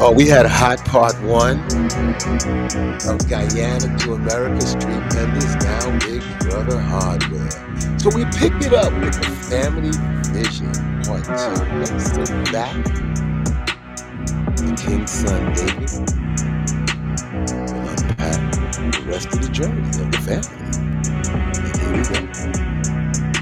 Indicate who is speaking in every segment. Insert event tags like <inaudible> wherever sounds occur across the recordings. Speaker 1: Oh, we had Hot Part One of Guyana to America Street Vendors, now Big Brother Hardware. So we picked it up with the Family Vision Part Two. Let's look back to King's son David and unpack the rest of the journey of the family. And here we go.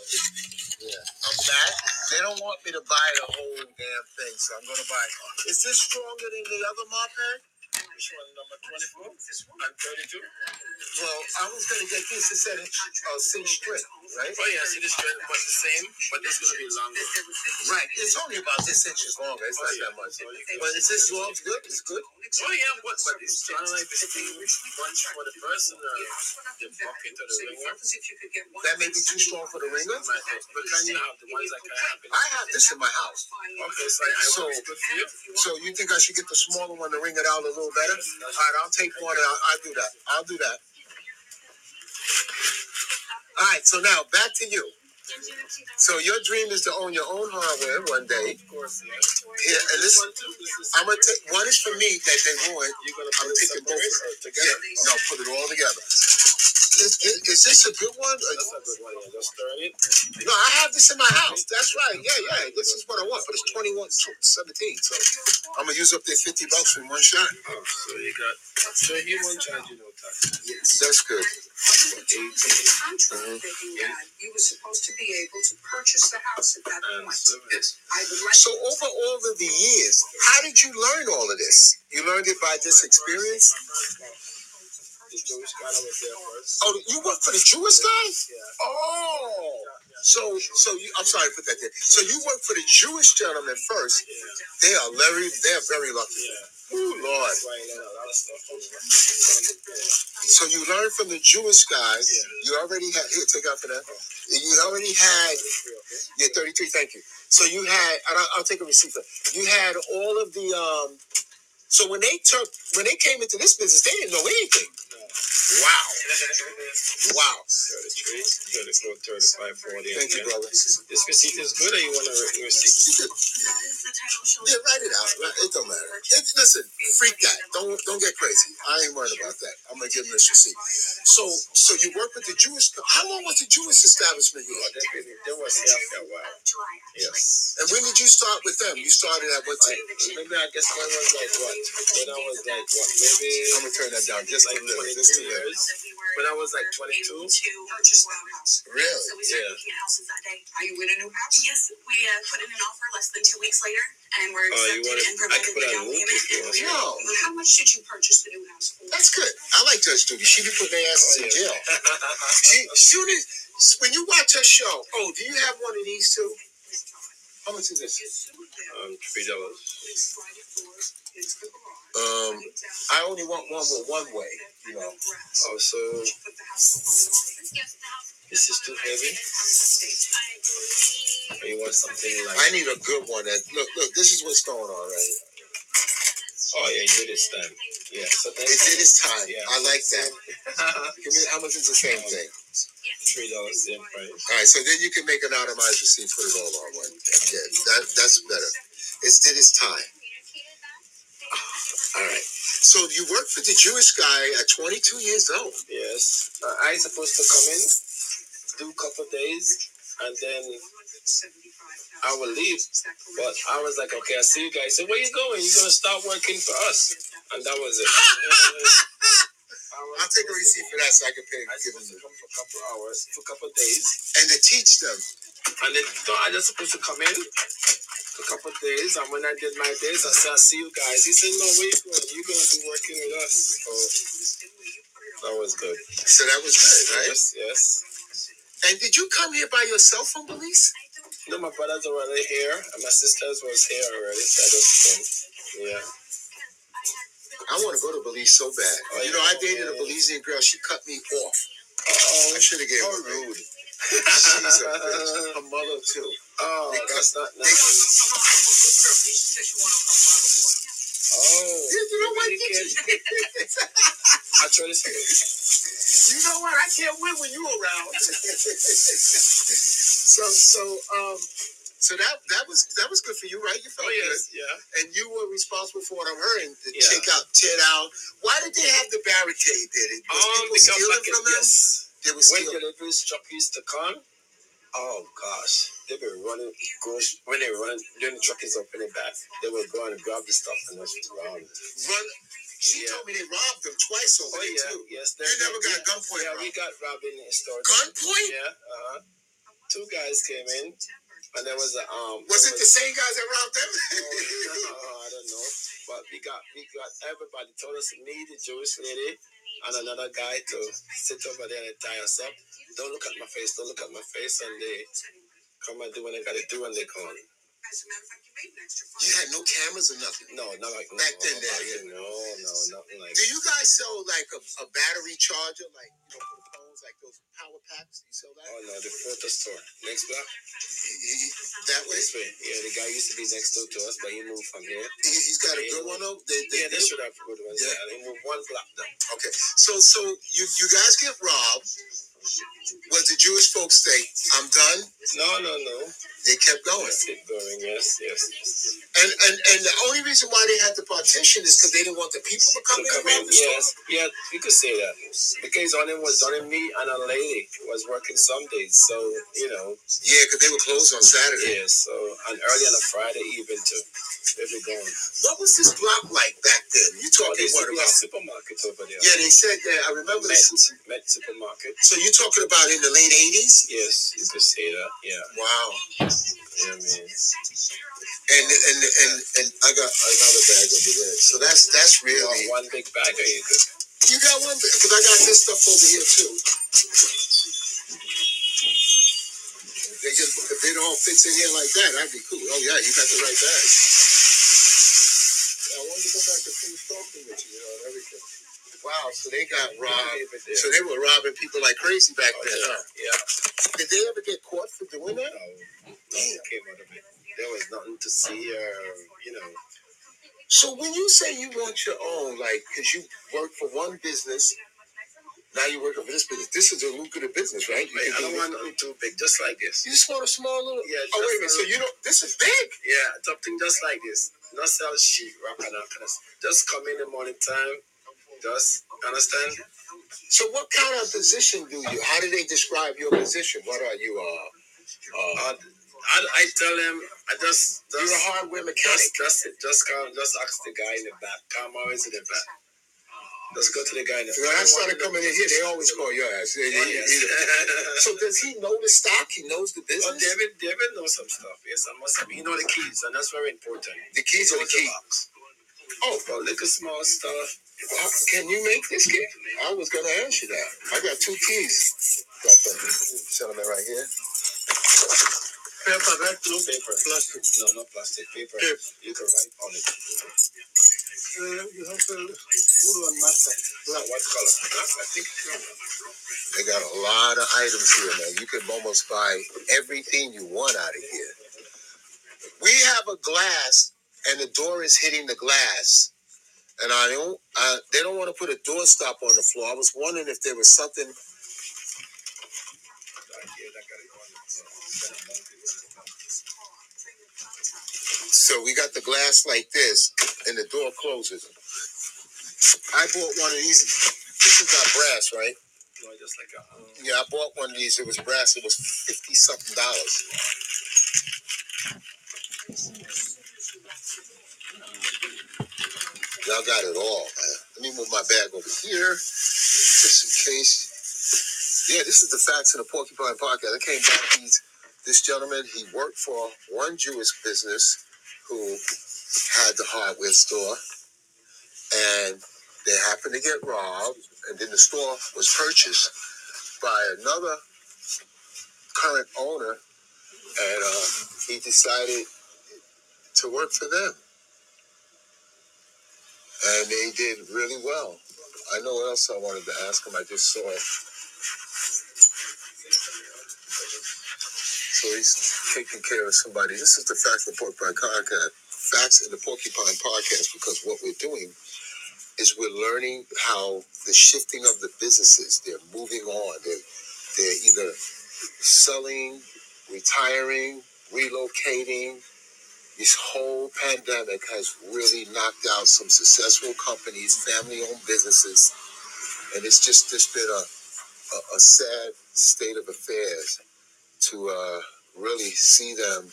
Speaker 1: I'm back. They don't want me to buy the whole damn thing, so I'm gonna buy. Is this stronger than the other moped? Which one, number 24? And 32? Well, I was gonna get this. It said uh, C strip, right? Oh, yeah, see, this strip was the same, but this is gonna be longer. Right, it's only about this inches longer. It's not that much. But is this long good? It's good. Oh, yeah, what? But it's kind of like this thing, one for the person, uh, the bucket or the ringer. That may be too strong for the ringer? But can you have the ones that can happen? I have this in my house. Okay, so I so, good for you. So you think I should get the smaller one to ring it out a little better? All right, I'll take one and I'll, I'll do that. I'll do that. All right, so now back to you. So your dream is to own your own hardware one day. Here, and listen, I'm gonna take one is for me that they ruined. I'm taking both. of them. Yeah, no, put it all together. Is, is- is this a good one? That's a good one. yeah. Just throw it in. No, I have this in my house. That's right. Yeah, yeah. This is what I want, but it's 21, 17. So I'm gonna use up their 50 bucks in one shot. Oh, so you got. So he won't charge you no tax. Yes, that's good. So over all of the years, how did you learn all of this? You learned it by this experience? Oh, you work for the Jewish guy? Oh, so so you. I'm sorry to put that there. So you work for the Jewish gentleman first. They are very they're very lucky. Oh Lord. So you learned from the Jewish guys. You already had here. Take out for that. You already had yeah 33. Thank you. So you had. and I'll, I'll take a receipt. For it. You had all of the um. So when they took when they came into this business, they didn't know anything. Wow. Wow. 33, 34, 35, 40. Thank you, brother. This receipt is good or you want to receipt? Yeah, write it out. Write- It don't matter. It, listen, freak that. Don't don't get crazy. I ain't worried about that. I'm gonna give him this receipt. So so you work with the Jewish co- how long was the Jewish establishment here? They was here for a while. Yes. And when did you start with them? You started at what time? Maybe I guess when I was like what? When I was like what? Maybe I'm gonna turn that down just a little. Just a little. When I was like 22. Really? Yeah.
Speaker 2: uh,
Speaker 1: Oh, you wanna- I could put out a loop if you want. No. That's good. I like Judge Judy. She be putting their asses in jail. She, she did- when you watch her show, oh, do you have one of these too? How much is this? Um, three dollars. Um, I only want one with one way, you know. Also, this is too heavy. Or you want something like? I need a good one. That look, look. This is what's going on right here. Oh yeah, it did its time. Yeah, so thank it did its time. Yeah, I like <laughs> that. Give me how much is the same thing? Three dollars, same price. All right, so then you can make an itemized receipt, put it all on one. Yeah, that that's better. It did its time. <sighs> All right. So you work for the Jewish guy at 22 years old. Yes, uh, I supposed to come in do couple days and then I would leave. But I was like, okay, I see you guys. So where you going? You're gonna start working for us, and that was it. I'll take a receipt for that so I can pay. I give them supposed to come for a couple hours, for a couple days, and to teach them. And they thought I just supposed to come in for a couple days, and when I did my days, I said, I see you guys. He said, no, wait, you going? You're gonna be working with us. So that was good. So that was good, right? Yes, yes. And did you come here by yourself from Belize? No, my brothers were already here, and my sisters was here already. So I just came. Yeah. I want to go to Belize so bad. you know, I dated a Belizean girl. She cut me off. I should have gave her Oh, rude. She's a <laughs> bitch. Her mother too. Oh, that's not nice. Oh, you know what? I try to say, <laughs> you know what? I can't win when you <laughs> around. so, so, um, so that that was that was good for you, right? You felt oh, yes. good. Yeah. And you were responsible for what I'm hearing. The yeah. check out, tear down. Why did they have the barricade there? Was um, people stealing from them? They were stealing. When deliveries truckies to come, Oh gosh, they were running. Gosh, when they run, then the truck is up in the back. They were going to grab the stuff and that's around. Run. She told me they robbed them twice over oh, there yeah. too. Yes, they, you never got yeah, gunpoint. Yeah, we got robbed in the store. Gunpoint? Yeah. Uh-huh. Two guys came in, and there was a um. Was it the same guys that robbed them? <laughs> I don't know, but we got we got everybody told us me the Jewish lady and another guy to sit over there and tie us up. Don't look at my face. Don't look at my face, and they come and do what they gotta do, and they gone. You had no cameras or nothing. No, not like back no, then. Back then. No, no, nothing like. Do you guys sell like a, a battery charger, like you know, for the phones, like those power packs? Do you sell that? Oh no, the photo store next block. That way. This way. Yeah, the guy used to be next door to us, but he moved from here. He, he's got a good one up. They, they, yeah, they should have a good one. Yeah, they moved one block down. Okay, so so you you guys get robbed. What the Jewish folks say? I'm done. No, no, no. They kept going. Kept going. Yes, yes. And and and the only reason why they had the partition is because they didn't want the people to come, in. and rob the yes, store. yeah, you could say that. Because on it was only me and a lady was working some days, so you know. Yeah, because they were closed on Saturday. Yeah, so and early on a Friday even too. They were going. What was this block like back then? You
Speaker 3: Oh,
Speaker 1: talking
Speaker 3: there used
Speaker 1: what
Speaker 3: to be a
Speaker 1: about?
Speaker 3: supermarket over there.
Speaker 1: Yeah, they said that. I remember
Speaker 3: Met,
Speaker 1: this.
Speaker 3: Met supermarket.
Speaker 1: So you talking about in the late eighties?
Speaker 3: Yes, you could say that. Yeah.
Speaker 1: Wow.
Speaker 3: Yeah, man.
Speaker 1: And and and and I got another bag over there. So that's that's
Speaker 3: You
Speaker 1: really
Speaker 3: want one big bag or you could.
Speaker 1: you got one because I got this stuff over here too. They just if it all fits in here like that, that'd be cool. Oh yeah, you got the right bag. I wanted to go back to food stalking with you, you know, and everything. Wow, so they got robbed. So they were robbing people like crazy back
Speaker 3: Oh,
Speaker 1: then,
Speaker 3: yeah.
Speaker 1: huh?
Speaker 3: Yeah.
Speaker 1: Did they ever get caught for doing that?
Speaker 3: No, nothing came out of it. There was nothing to see or, you know.
Speaker 1: So when you say you want your own, like, cause you work for one business, now you're working for this business. This is a lucrative business, right? You,
Speaker 3: Like, I
Speaker 1: can do
Speaker 3: don't
Speaker 1: this.
Speaker 3: want nothing too big, just like this.
Speaker 1: you just want a small little.
Speaker 3: Yeah,
Speaker 1: Oh wait
Speaker 3: just
Speaker 1: a minute. So
Speaker 3: a-
Speaker 1: you don't. This is big.
Speaker 3: yeah, something just like this. Not sell shit, rock and all kind of stuff. Just come in the morning time. Just understand?
Speaker 1: So what kind of position do you? How do they describe your position? What are you? Uh, uh
Speaker 3: Uh, I, I tell them I just
Speaker 1: you're a
Speaker 3: just
Speaker 1: hardware
Speaker 3: Just,
Speaker 1: mechanic.
Speaker 3: just, just come, just ask the guy in the back. Come always in the back. Just go to the guy in the
Speaker 1: When
Speaker 3: back. I
Speaker 1: I
Speaker 3: want to
Speaker 1: started
Speaker 3: know
Speaker 1: coming in here, they always call your ass.
Speaker 3: Oh,
Speaker 1: They- they-
Speaker 3: yes. <laughs>
Speaker 1: they- So does he know the stock? He knows the
Speaker 3: oh,
Speaker 1: business.
Speaker 3: David, David knows some stuff. Yes, I must have. He know the keys, and that's very important.
Speaker 1: The keys
Speaker 3: He
Speaker 1: are
Speaker 3: knows
Speaker 1: the
Speaker 3: the
Speaker 1: key.
Speaker 3: locks.
Speaker 1: Oh,
Speaker 3: But little small stuff.
Speaker 1: How- Can you make this key? I was gonna ask you that. I got two keys. Got the gentleman right here.
Speaker 3: Paper, not blue paper. Plastic. No, not plastic. Paper.
Speaker 1: Paper.
Speaker 3: You can write on it. Uh, you have to good one, master. Black. What color? Black, I think.
Speaker 1: They got a lot of items here, man. You can almost buy everything you want out of here. We have a glass, and the door is hitting the glass. And I don't. Uh, they don't want to put a door stop on the floor. I was wondering if there was something. So we got the glass like this, and the door closes. I bought one of these. This is not brass, right?
Speaker 3: No, just like a. Um,
Speaker 1: Yeah, I bought one of these. It was brass. It was fifty something dollars. Y'all got it all, man. Let me move my bag over here just in case. Yeah, this is the facts of the Porcupine Podcast. I came back. He's this gentleman. He worked for one Jewish business who had the hardware store, and they happened to get robbed. And then the store was purchased by another current owner, and uh, he decided to work for them. and they did really well. I know what else I wanted to ask him. I just saw it. So he's taking care of somebody. This is the Facts in the Porcupine Podcast. Facts in the Porcupine Podcast because what we're doing is we're learning how the shifting of the businesses, they're moving on. They're, they're either selling, retiring, relocating. This whole pandemic has really knocked out some successful companies, family owned businesses, and it's just, just been a, a, a sad state of affairs to uh, really see them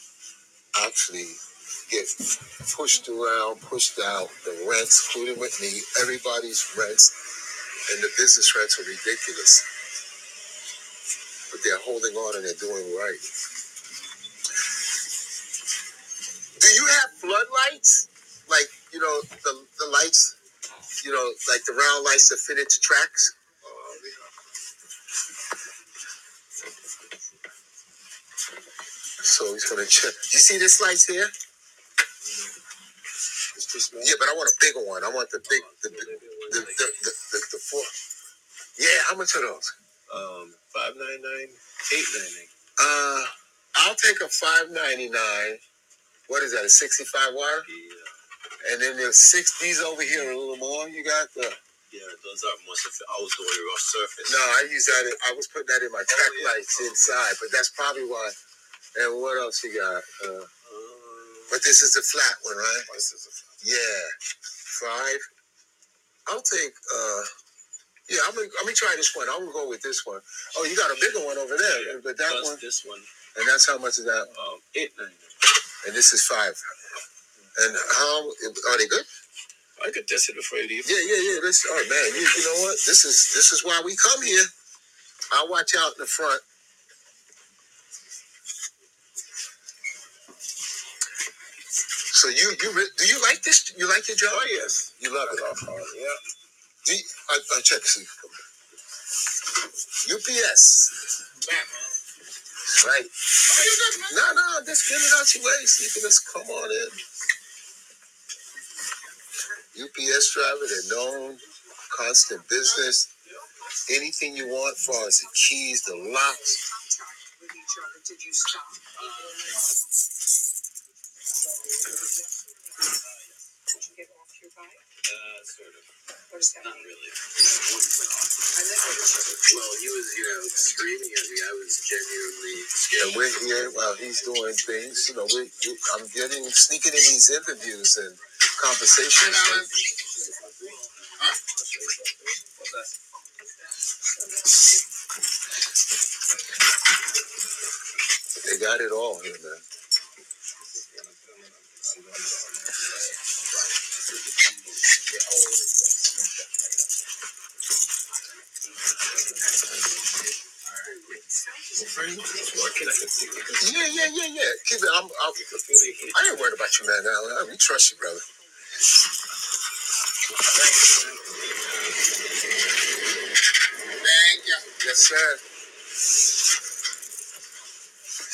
Speaker 1: actually get pushed around, pushed out. The rents, including with me, everybody's rents and the business rents are ridiculous, but they're holding on and they're doing right. Do you have floodlights? Like, you know, the, the lights, you know, like the round lights that fit into tracks? So he's gonna check. You see this lights here? It's too small. Yeah, but I want a bigger one. I want the big, the big, the, the, the, the, the, the four. Yeah, how much are those? Um, five nine nine, eight nine nine. Uh, I'll take a five ninety nine. What is that? A sixty five wire? Yeah. And then there's six. These over here are a little more. You got the. Yeah, those aren't much. If I was doing rough surface. Oh, No, I use that. in- I was putting that in my track lights inside, but that's probably why. And what else you got? Uh, but this is the flat one, right? This is a flat. Yeah, five. I'll take. uh yeah, I'm gonna, I'm gonna try this one. I'm gonna go with this one. Oh, you got a bigger one over there, Yeah, but that that's one. This one. And that's how much is that? Um, eight ninety. And this is five. And how are they good? I could test it before you leave. Yeah, yeah, yeah. This, oh man, you, you know what? This is this is why we come here. I watch out in the front. So you you re- do you like this? You like your job? Oh, yes, you love it. yeah. Do you, I, I check see. UPS. Right. No, no, just get it out your way so you can just come on in. UPS driver, they're known, constant business. Anything you want, far as the keys, the locks. Well, he was, you know, screaming at me. I was genuinely scared. And we're here while he's doing things. You know, we, we, I'm getting sneaking in these interviews and conversations. And they got it all here, man. Yeah, yeah, yeah, yeah. Keep it. I'm, I'm, I ain't worried about you, man. Now we trust you, brother. Thank you. Yes, sir. <laughs>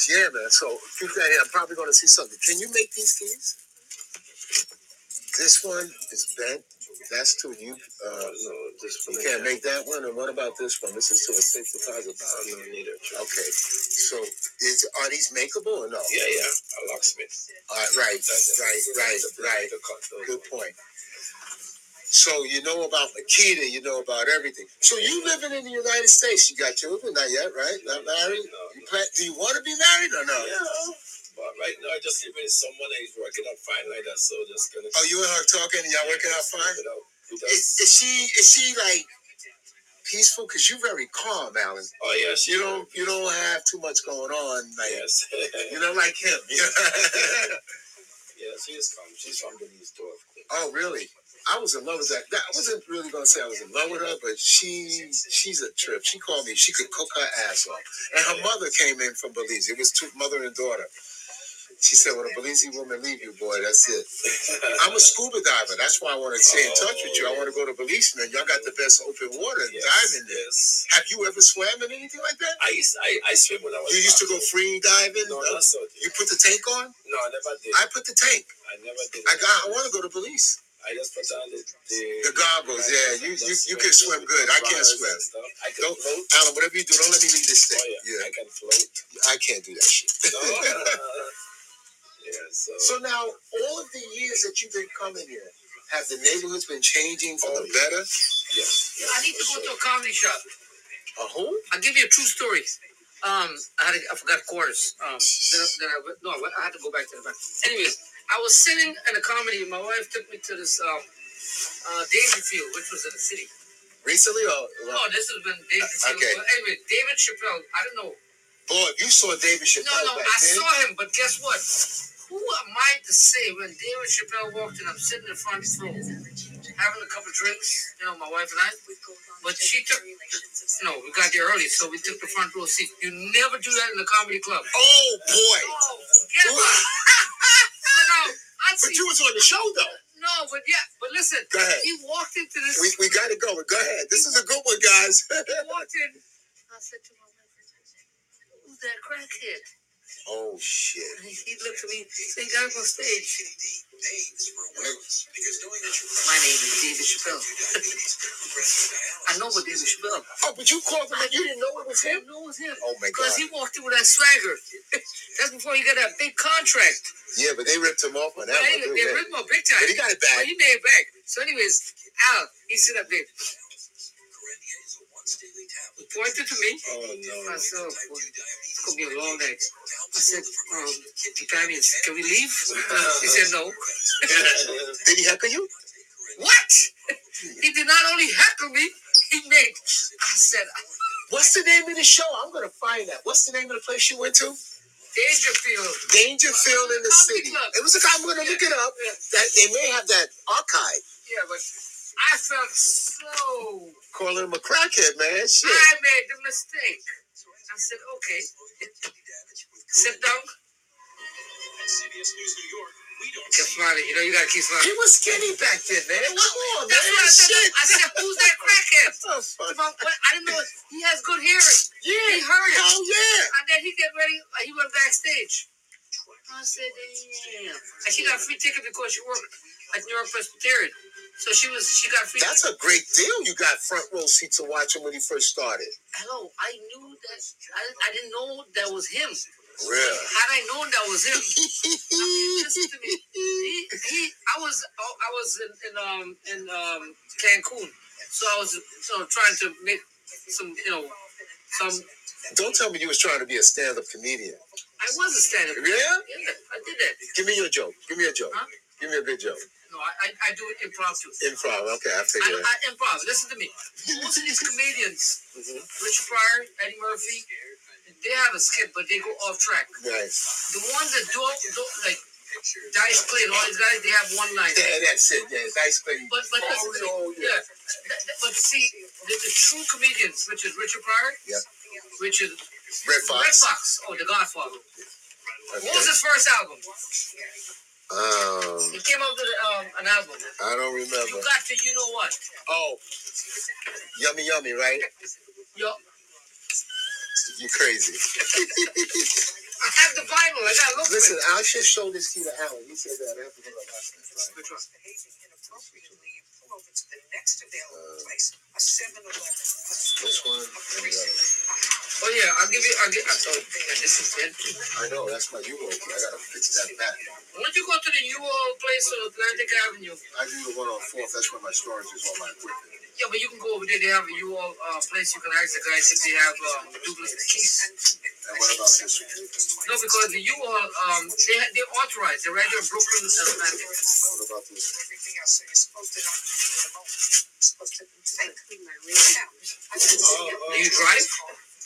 Speaker 1: Yeah, man. So keep that here. I'm probably gonna see something. Can you make these keys? This one is bent. That's to you. Uh, no, this one. You can't make that one. And what about this one? This is to a safe deposit. box. I don't need it. Okay. So is are these makeable or no? Yeah, yeah. A locksmith. Uh, right, right, right, right. Good point. So you know about Makita, you know about everything. So you living in the United States, you got children, not yet, right? Not married? You plan, do you want to be married or no? Yeah. But right now, I just live with someone that is working out fine like that, so just gonna. Oh, you and her talking, and y'all working out fine. You know, Is, is she is she like peaceful? Cause you very calm, Alan. Oh yeah, she- you don't you don't have too much going on. Like, yes, <laughs> you know, like him. <laughs> Yeah, she is from she's from Belize too. of course. Oh really? I was in love with that. that. I wasn't really gonna say I was in love with her, but she she's a trip. She called me. She could cook her ass off, and her mother came in from Belize. It was two mother and daughter. She said, "When a Belize woman leave you, boy, that's it." I'm a scuba diver. That's why I want to stay in touch with you. I want to go to Belize, man. Y'all got the best open water and diving there. Yes. Have you ever swam in anything like that? I used I, I swim when I was. You used to go free diving. No, not so. You put the tank on. No, I never did. I put the tank. I never did. I got. I want to go to Belize.
Speaker 3: I just put on the, the,
Speaker 1: The goggles, yeah. You you, you can swim good. I can't swim.
Speaker 3: I can
Speaker 1: Don't,
Speaker 3: float.
Speaker 1: Alan, whatever you do, don't let me leave this thing.
Speaker 3: Oh, yeah,
Speaker 1: Yeah,
Speaker 3: I can float.
Speaker 1: I can't do that shit.
Speaker 3: No,
Speaker 1: <laughs>
Speaker 3: uh, yeah, so.
Speaker 1: So now, all of the years that you've been coming here, have the neighborhoods been changing for
Speaker 3: Oh,
Speaker 1: the
Speaker 3: yeah.
Speaker 1: better?
Speaker 3: yeah, yeah,
Speaker 4: I need to
Speaker 3: for
Speaker 4: go to
Speaker 3: sure.
Speaker 4: a comedy shop.
Speaker 1: A who?
Speaker 4: I'll give you a true story. Um, I had a, I forgot quarters. Um, then, I- then I went- no, I went- I had to go back to the back. Anyways, I was sitting in a comedy. My wife took me to this um, uh, Dangerfield, which was in the city.
Speaker 1: Recently or?
Speaker 4: Oh, this has been Dangerfield.
Speaker 1: Okay.
Speaker 4: Well, anyway, David Chappelle. I don't know.
Speaker 1: Boy, if you saw David Chappelle
Speaker 4: No, no,
Speaker 1: back
Speaker 4: I
Speaker 1: then.
Speaker 4: saw him, but guess what? Who am I to say when David Chappelle walked in? I'm sitting in front row, having a couple drinks. You know, my wife and I. But she took. No, we got there early, so we took the front row seat. You never do that in a comedy club.
Speaker 1: Oh boy!
Speaker 4: Oh, forget about it. No, <laughs> no, I
Speaker 1: But
Speaker 4: see.
Speaker 1: you was on the show though.
Speaker 4: No, but yeah, but listen.
Speaker 1: Go ahead.
Speaker 4: He walked into this.
Speaker 1: We, we got it going. Go ahead. This is a good one, guys. <laughs>
Speaker 4: He walked in. I said to my wife, "Who's that crackhead?"
Speaker 1: oh shit!
Speaker 4: And he he looked at me. He got up on stage. My name is David Chappelle. I know what David Chappelle.
Speaker 1: Oh, but you called him. You didn't know it was
Speaker 4: I
Speaker 1: him.
Speaker 4: know it's him.
Speaker 1: Oh my
Speaker 4: Because
Speaker 1: god!
Speaker 4: he walked in with that swagger. That's before he got that big contract.
Speaker 1: Yeah, but they ripped him off on that
Speaker 4: Hey,
Speaker 1: one. too,
Speaker 4: they
Speaker 1: yeah.
Speaker 4: ripped him up big
Speaker 1: But he
Speaker 4: time.
Speaker 1: got it
Speaker 4: But
Speaker 1: back.
Speaker 4: he made it back. So, anyways, Al, he said up there. He pointed to me.
Speaker 1: Oh no!
Speaker 4: I said, oh, boy, it's going to be a long night. I said, um, companions, can we leave? <laughs> He said,
Speaker 1: <laughs>
Speaker 4: no.
Speaker 1: Did he heckle you?
Speaker 4: What? He did not only heckle me, he made. I said,
Speaker 1: What's the name of the show? I'm gonna find that. What's the name of the place you went to?
Speaker 4: Dangerfield.
Speaker 1: Dangerfield Uh, in the
Speaker 4: Comedy
Speaker 1: city.
Speaker 4: Club.
Speaker 1: It was a guy. I'm gonna look it up. That they may have that archive.
Speaker 4: Yeah, but I felt so.
Speaker 1: Calling him a crackhead, man. Shit.
Speaker 4: I made the mistake. I said, okay. Sit down. Keep smiling. You know, you gotta keep
Speaker 1: He
Speaker 4: smiling.
Speaker 1: was skinny back then, man. Come on, man.
Speaker 4: That's what I said.
Speaker 1: Shit.
Speaker 4: I said, who's that crackhead?
Speaker 1: Oh, fuck.
Speaker 4: Well, I didn't know. He has good hearing. He
Speaker 1: Yeah.
Speaker 4: heard it.
Speaker 1: Hell Oh, yeah.
Speaker 4: And then he get ready. uh, He went backstage. I said, damn. And she got a free ticket because she worked at New York Presbyterian. So she was, she got free
Speaker 1: That's a great deal. You got front row seat to watch him when he first started.
Speaker 4: Hello, I knew that. I, I didn't know that was him.
Speaker 1: Real.
Speaker 4: Had I known that was him, listen to me. He, he I was, oh, I was in, in um, in um, Cancun, so I was, you know, trying to make some, you know, some.
Speaker 1: Don't tell me you was trying to be a stand-up comedian.
Speaker 4: I was a stand-up.
Speaker 1: Yeah?
Speaker 4: Yeah, I did that.
Speaker 1: Give me your joke. Give me a joke.
Speaker 4: Huh?
Speaker 1: Give me a good joke.
Speaker 4: No, I, I, I do it impromptu.
Speaker 1: Improv. Okay, I
Speaker 4: I,
Speaker 1: figured. it out.
Speaker 4: I improv. Listen to me. Most of these comedians,
Speaker 1: Mhm.
Speaker 4: Richard Pryor, Eddie Murphy, they have a skit, but they go off track.
Speaker 1: Nice.
Speaker 4: The ones that do, do like Dice Clay, and all these guys, they have one line.
Speaker 1: Yeah, that's it. Yeah, nice thing.
Speaker 4: But but
Speaker 1: Oh,
Speaker 4: listen,
Speaker 1: no,
Speaker 4: yeah. Th- th- But see, the, the true comedians, which is Richard Pryor,
Speaker 1: Yeah.
Speaker 4: which is
Speaker 1: Red
Speaker 4: Red
Speaker 1: Fox.
Speaker 4: Fox, or The Godfather.
Speaker 1: Okay.
Speaker 4: What was his first album?
Speaker 1: Um,
Speaker 4: He came out with um, an album.
Speaker 1: I don't
Speaker 4: You
Speaker 1: remember.
Speaker 4: got to, you know what?
Speaker 1: Oh, yummy, yummy, right?
Speaker 4: Yo,
Speaker 1: You crazy.
Speaker 4: I have the vinyl. Oh, I got to look
Speaker 1: Listen,
Speaker 4: for it.
Speaker 1: I should show this key to Alan. He said that. I have to go like that.
Speaker 4: Which one?
Speaker 1: This one. and the other.
Speaker 4: Oh yeah, I'll give you. I'll give. I thought, man, this is dead.
Speaker 1: I know that's my Euro. key. I gotta fix that back.
Speaker 4: Why don't you go to the new old place on Atlantic Avenue?
Speaker 1: I do the one on fourth. That's where my storage is. All my equipment.
Speaker 4: Yeah, but you can go over there. They have a new old uh, place. You can ask the guys if they have um, duplicate keys.
Speaker 1: And what about this one?
Speaker 4: No, because the U all um they ha- they authorized. They're right there in Brooklyn. Atlantic.
Speaker 1: What about this?
Speaker 4: Do you drive?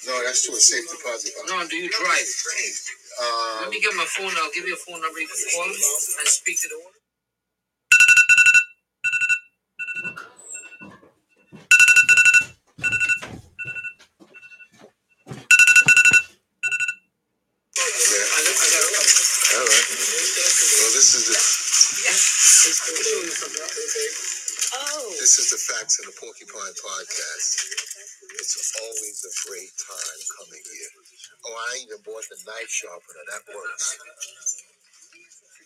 Speaker 1: No, that's to a safe deposit. box.
Speaker 4: No, do you drive? Let
Speaker 1: Um,
Speaker 4: me get my phone. I'll give you a phone number. You can call and speak to the owner.
Speaker 1: yeah.
Speaker 4: I, I got it.
Speaker 1: All right. Well, this is the
Speaker 4: Oh.
Speaker 1: this is the facts of the Porcupine Podcast. It's always a great time coming here. Oh, I even bought the knife sharpener. That works.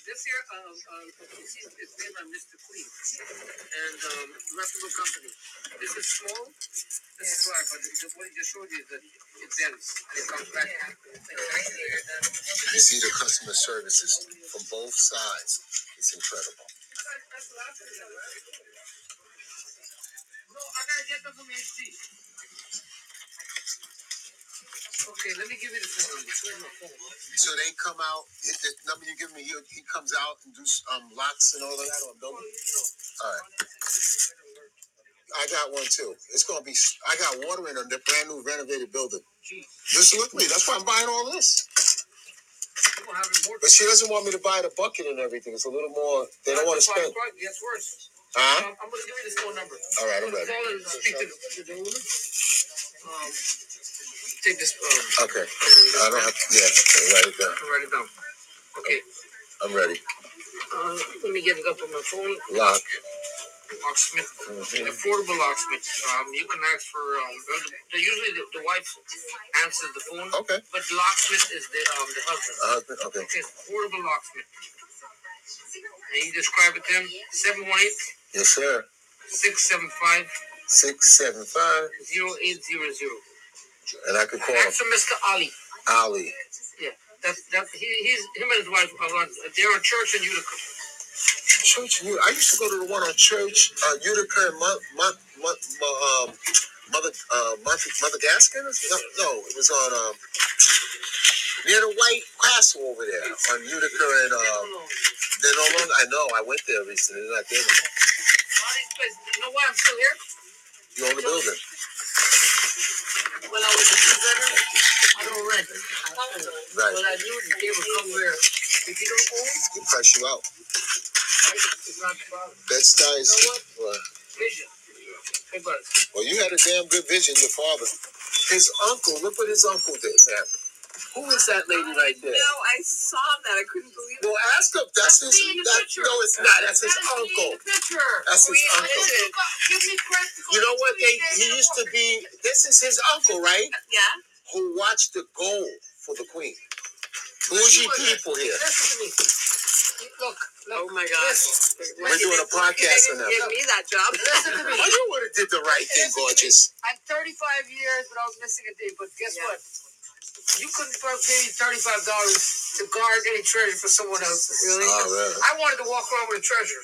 Speaker 4: This year, um, um, it's made by Mr. Queen and um, reputable company. This is small. This is why, but the, what he just showed you is that it ends. It comes back.
Speaker 1: You see the customer services from both sides. It's incredible.
Speaker 4: No, I gotta get them from HD. Okay, let me give you the phone number. Where's my phone?
Speaker 1: So they come out. It, the number you give me, he, he comes out and do um, locks and all of that on building. All right, I got one too. It's gonna be. I got water in a brand new renovated building.
Speaker 4: Gee,
Speaker 1: Just look at me. That's why I'm buying all this.
Speaker 4: you gonna have it more.
Speaker 1: But she doesn't want me to buy the bucket and everything. It's a little more. They don't want to spend.
Speaker 4: Gets worse.
Speaker 1: Huh?
Speaker 4: Um, I'm gonna give you this phone number.
Speaker 1: All right, I'm
Speaker 4: I'm gonna call
Speaker 1: ready.
Speaker 4: and speak to the, to the woman. Um, take this, um.
Speaker 1: Okay. I don't have. Yeah. Write it down.
Speaker 4: Write it down. Okay,
Speaker 1: I'm ready.
Speaker 4: uh, let me get it up on my phone.
Speaker 1: Lock.
Speaker 4: locksmith, uh, an affordable locksmith. Um, you can ask for um, the, usually the, the wife answers the phone,
Speaker 1: Okay.
Speaker 4: but locksmith is the um the husband.
Speaker 1: Uh, okay.
Speaker 4: Okay, affordable locksmith. And you describe it to him 718
Speaker 1: Yes, sir.
Speaker 4: 675
Speaker 1: Six seven five,
Speaker 4: 0800.
Speaker 1: and I could call
Speaker 4: That's a Mr. Ali.
Speaker 1: Ali.
Speaker 4: Yeah, that's that. He, he's him and his wife are on, they're on church in Utica.
Speaker 1: Church. You. I used to go to the one on Church uh, Utica and Mont, Mont, Mont, Mo- um, Mother uh, Mont, Mother Gaskin. No, no, it was on um, near the White Castle over there on Utica and um, they're no longer. I know. I went there recently. They're not there anymore.
Speaker 4: All these places. You know why I'm still here?
Speaker 1: You own the building.
Speaker 4: When I was a presenter, I don't rent.
Speaker 1: Right.
Speaker 4: But I knew that they would come here. If you don't own,
Speaker 1: They price you out.
Speaker 4: right, it's not the problem.
Speaker 1: Bed Stuy's.
Speaker 4: You know what?
Speaker 1: Well,
Speaker 4: Vision. Hey, bud.
Speaker 1: Well, you had a damn good vision, your father. His uncle, look what his uncle did, man. Who is that lady right there?
Speaker 2: No, I saw that. I couldn't believe it.
Speaker 1: Well, ask him. That's his.
Speaker 4: That's me in the
Speaker 1: That,
Speaker 4: picture.
Speaker 1: no, it's not. That's his uncle.
Speaker 4: Picture.
Speaker 1: That's his
Speaker 2: Queen,
Speaker 1: uncle.
Speaker 2: listen.
Speaker 4: Give me credit.
Speaker 1: You know what? They he used to be. This is his uncle, right?
Speaker 2: Yeah.
Speaker 1: Who watched the goal for the queen? Bougie people here.
Speaker 4: Listen to me. Look, look.
Speaker 2: my
Speaker 4: Listen.
Speaker 1: Oh We're doing a podcast
Speaker 2: Give
Speaker 1: on that.
Speaker 2: me that job.
Speaker 4: Listen to me.
Speaker 1: Oh, you would have did the right thing, gorgeous.
Speaker 4: I'm 35 years without missing a day, but guess
Speaker 2: Yeah.
Speaker 4: what? You couldn't pay me $35 to guard any treasure for someone else's. Really?
Speaker 1: Oh, yeah.
Speaker 4: I wanted to walk around with a treasure.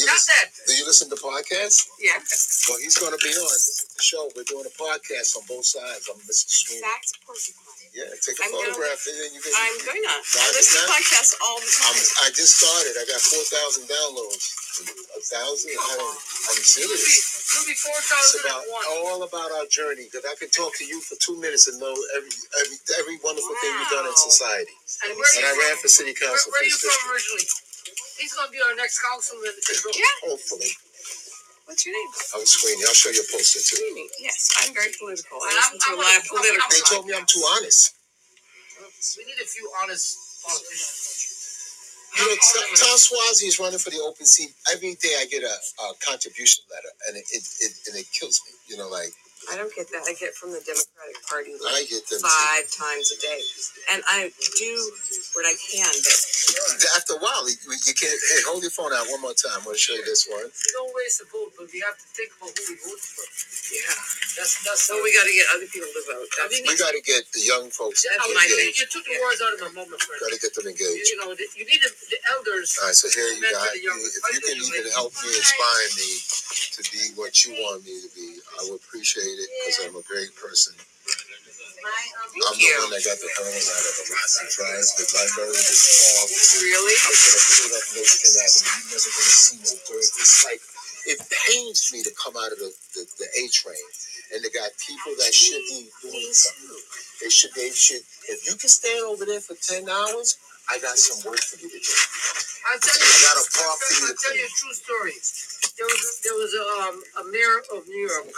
Speaker 1: You
Speaker 4: Not
Speaker 1: listen,
Speaker 4: that.
Speaker 1: do you listen to podcasts?
Speaker 4: Yeah.
Speaker 1: Well, he's going to be on. This is the show. We're doing a podcast on both sides. I'm Mr. Stream.
Speaker 2: That's perfect.
Speaker 1: Yeah, take a
Speaker 2: I'm gonna-
Speaker 1: photograph and then you can.
Speaker 2: I'm going to. I
Speaker 1: Right,
Speaker 2: listen to
Speaker 1: yeah.
Speaker 2: podcasts all the
Speaker 1: I'm,
Speaker 2: time.
Speaker 1: I just started. I got four thousand downloads. A thousand? I don't. I'm
Speaker 4: You'll
Speaker 1: serious.
Speaker 4: be, you'll be
Speaker 1: It's about
Speaker 4: 4,001.
Speaker 1: all about our journey. Because I can talk to you for two minutes and know every every every wonderful thing you've done in
Speaker 2: Wow.
Speaker 1: society.
Speaker 4: And where
Speaker 1: And I
Speaker 4: you
Speaker 1: ran for city
Speaker 4: Where,
Speaker 1: council
Speaker 4: where are
Speaker 1: for
Speaker 4: you
Speaker 1: this
Speaker 4: from
Speaker 1: district.
Speaker 4: originally? He's gonna be our next councilman.
Speaker 2: Yeah.
Speaker 1: Hopefully,
Speaker 2: What's your name?
Speaker 1: I'm screening. I'll show you a poster too.
Speaker 2: Queenie. Yes, I'm very political. I
Speaker 4: And
Speaker 2: listen to
Speaker 4: I'm-
Speaker 2: a
Speaker 4: I'm
Speaker 2: lot of
Speaker 4: a-
Speaker 2: political.
Speaker 1: They told me I'm too honest.
Speaker 4: We need a few honest politicians.
Speaker 1: You know, Tom- Tom Swazi is running for the open seat. Every day I get a, a contribution letter, and it, it, it and it kills me. You know, like
Speaker 2: I don't get that. I get from the Democratic Party like
Speaker 1: I get them. Too.
Speaker 2: five times a day, and I do what I can. But
Speaker 1: After a while, you, you can't. Hey, hold your phone out one more time. I'm gonna show you this
Speaker 4: We
Speaker 1: one.
Speaker 4: don't waste a vote, but we have to think about who we vote for.
Speaker 2: yeah,
Speaker 4: That's that's
Speaker 2: so we got to get other people to vote.
Speaker 4: I mean,
Speaker 1: We gotta get the young folks
Speaker 4: that's-
Speaker 2: how my
Speaker 4: you,
Speaker 1: engaged.
Speaker 4: you took the words out of my mouth, my friend.
Speaker 1: Gotta get them
Speaker 4: You,
Speaker 1: engaged.
Speaker 4: you know, the, you need the, the elders.
Speaker 1: All right, so here you got. If you can even help me, inspire me to be what you want me to be, I would appreciate it because I'm a great person. I'm the one that got the hell out of a lot of trials, the library is all.
Speaker 2: really?
Speaker 1: I'm gonna put it up and this and that, and you never gonna see me. But It's like it pains me to come out of the, the, the A train, and they got people that should be doing something. They should. They should. If you can stand over there for ten hours, I got some work for you to do.
Speaker 4: I'll tell you.
Speaker 1: I got a park for you
Speaker 4: I'll
Speaker 1: to
Speaker 4: tell you
Speaker 1: clean.
Speaker 4: a true story. There was there was um, a mayor of New York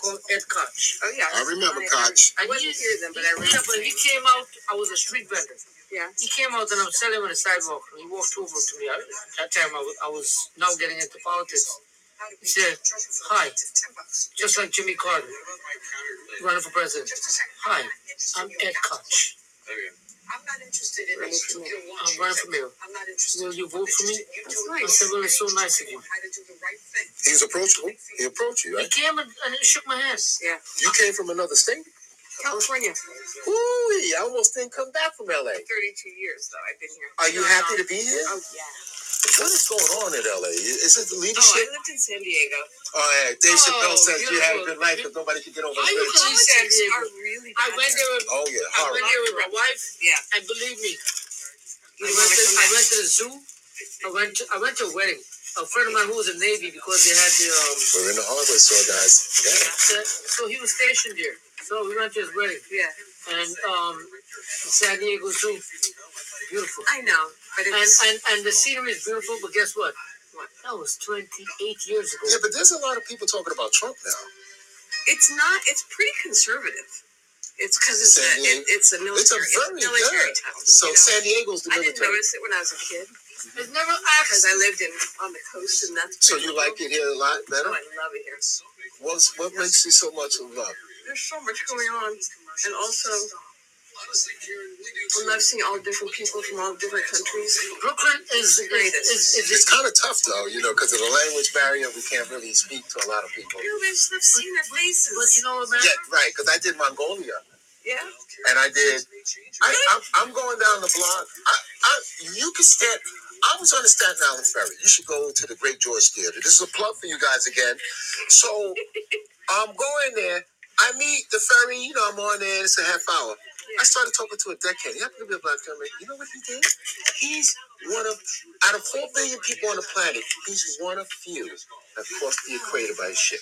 Speaker 4: called Ed Koch.
Speaker 2: Oh yeah.
Speaker 1: I remember Koch.
Speaker 4: I
Speaker 2: I wasn't
Speaker 4: used-
Speaker 2: here then, but I
Speaker 4: Yeah, but he
Speaker 2: remember.
Speaker 4: came out. I was a street vendor.
Speaker 2: Yeah.
Speaker 4: He came out and I was selling on the sidewalk. And he walked over to me. I, that time I wa- I was now getting into politics. He said, "Hi," just like Jimmy Carter running for president. Hi, I'm Ed Koch.
Speaker 5: I'm not interested in
Speaker 4: Run it
Speaker 5: this.
Speaker 4: for
Speaker 5: You
Speaker 4: me.
Speaker 5: can want
Speaker 4: I'm
Speaker 5: you.
Speaker 4: running for mayor.
Speaker 5: I'm not interested.
Speaker 4: Will you
Speaker 5: I'm
Speaker 4: vote for me?
Speaker 5: interested in you doing
Speaker 4: nice.
Speaker 5: the
Speaker 4: I said, well,
Speaker 5: right
Speaker 4: it's so
Speaker 5: thing.
Speaker 4: nice of you.
Speaker 5: How to do the right thing.
Speaker 1: He was approachable. He approached you,
Speaker 4: He
Speaker 1: right?
Speaker 4: came and, and shook my hand.
Speaker 2: Yeah.
Speaker 1: You came from another state?
Speaker 2: California.
Speaker 1: Ooh, I almost didn't come back from LA.
Speaker 2: 32 years, though, I've been here.
Speaker 1: Are you happy to be here?
Speaker 2: Oh, yeah.
Speaker 1: What is going on in LA? Is it the
Speaker 2: Oh, I
Speaker 1: leadership?
Speaker 2: lived in San Diego.
Speaker 1: Oh, yeah. Dave
Speaker 4: Oh,
Speaker 1: Chappelle says you had
Speaker 4: beautiful.
Speaker 1: a good life because nobody could get over
Speaker 4: Why
Speaker 1: the
Speaker 4: you
Speaker 1: bridge.
Speaker 4: come- San
Speaker 2: Politics
Speaker 4: Diego.
Speaker 2: are really
Speaker 4: I
Speaker 2: bad
Speaker 4: went
Speaker 2: there.
Speaker 4: there with,
Speaker 1: Oh, yeah.
Speaker 4: I
Speaker 1: Horrible.
Speaker 4: went there with my wife,
Speaker 2: Yeah.
Speaker 4: and believe me, I
Speaker 2: You wanna
Speaker 4: went to,
Speaker 2: come
Speaker 4: I
Speaker 2: back?
Speaker 4: went to the zoo. I went to, I went to a wedding. A friend of mine who was in Navy because they had the um.
Speaker 1: We're in the hardware store, guys. <laughs> Yeah.
Speaker 4: the- So he was stationed there. So we went to his wedding
Speaker 2: Yeah.
Speaker 4: and um, San Diego Zoo, beautiful.
Speaker 2: I know, but
Speaker 4: And
Speaker 2: it's.
Speaker 4: and and the scenery is beautiful, but guess what? That was 28 years ago. Oh,
Speaker 1: Yeah, but there's a lot of people talking about Trump now.
Speaker 2: It's not. It's pretty conservative. It's because it's
Speaker 1: San
Speaker 2: a
Speaker 1: Diego-
Speaker 2: it, it's a military
Speaker 1: It's a very
Speaker 2: military
Speaker 1: good.
Speaker 2: town.
Speaker 1: So
Speaker 2: you know?
Speaker 1: San Diego's the
Speaker 2: I didn't
Speaker 1: military.
Speaker 2: notice it when I was a kid
Speaker 4: It's never
Speaker 2: because
Speaker 4: asked.
Speaker 2: I lived in on the coast and that's.
Speaker 1: So you like it here a lot
Speaker 2: Oh,
Speaker 1: better?
Speaker 2: I love it here.
Speaker 1: What's what makes you so much in love?
Speaker 2: There's so much going on, and also I love seeing all different people from all different countries.
Speaker 4: Brooklyn is
Speaker 2: The
Speaker 4: is
Speaker 2: greatest.
Speaker 4: is, is,
Speaker 1: It's kind of tough though, you know, because of the language barrier. We can't really speak to a lot of people.
Speaker 2: You know, there's I've seen their places.
Speaker 4: but you know what, man?
Speaker 1: Yeah, right. Because I did Mongolia,
Speaker 2: yeah.
Speaker 1: and I did. I, I'm, I'm going down the block. I, I, you can stand. I was on the Staten Island ferry. You should go to the Great George Theater. This is a plug for you guys again. So I'm going there. I meet the ferry. You know, I'm on there. It's a half hour. I started talking to a deckhand. He happened to be a black gentleman. You know what he did? He's one of out of four billion people on the planet. He's one of few that crossed the equator by ship.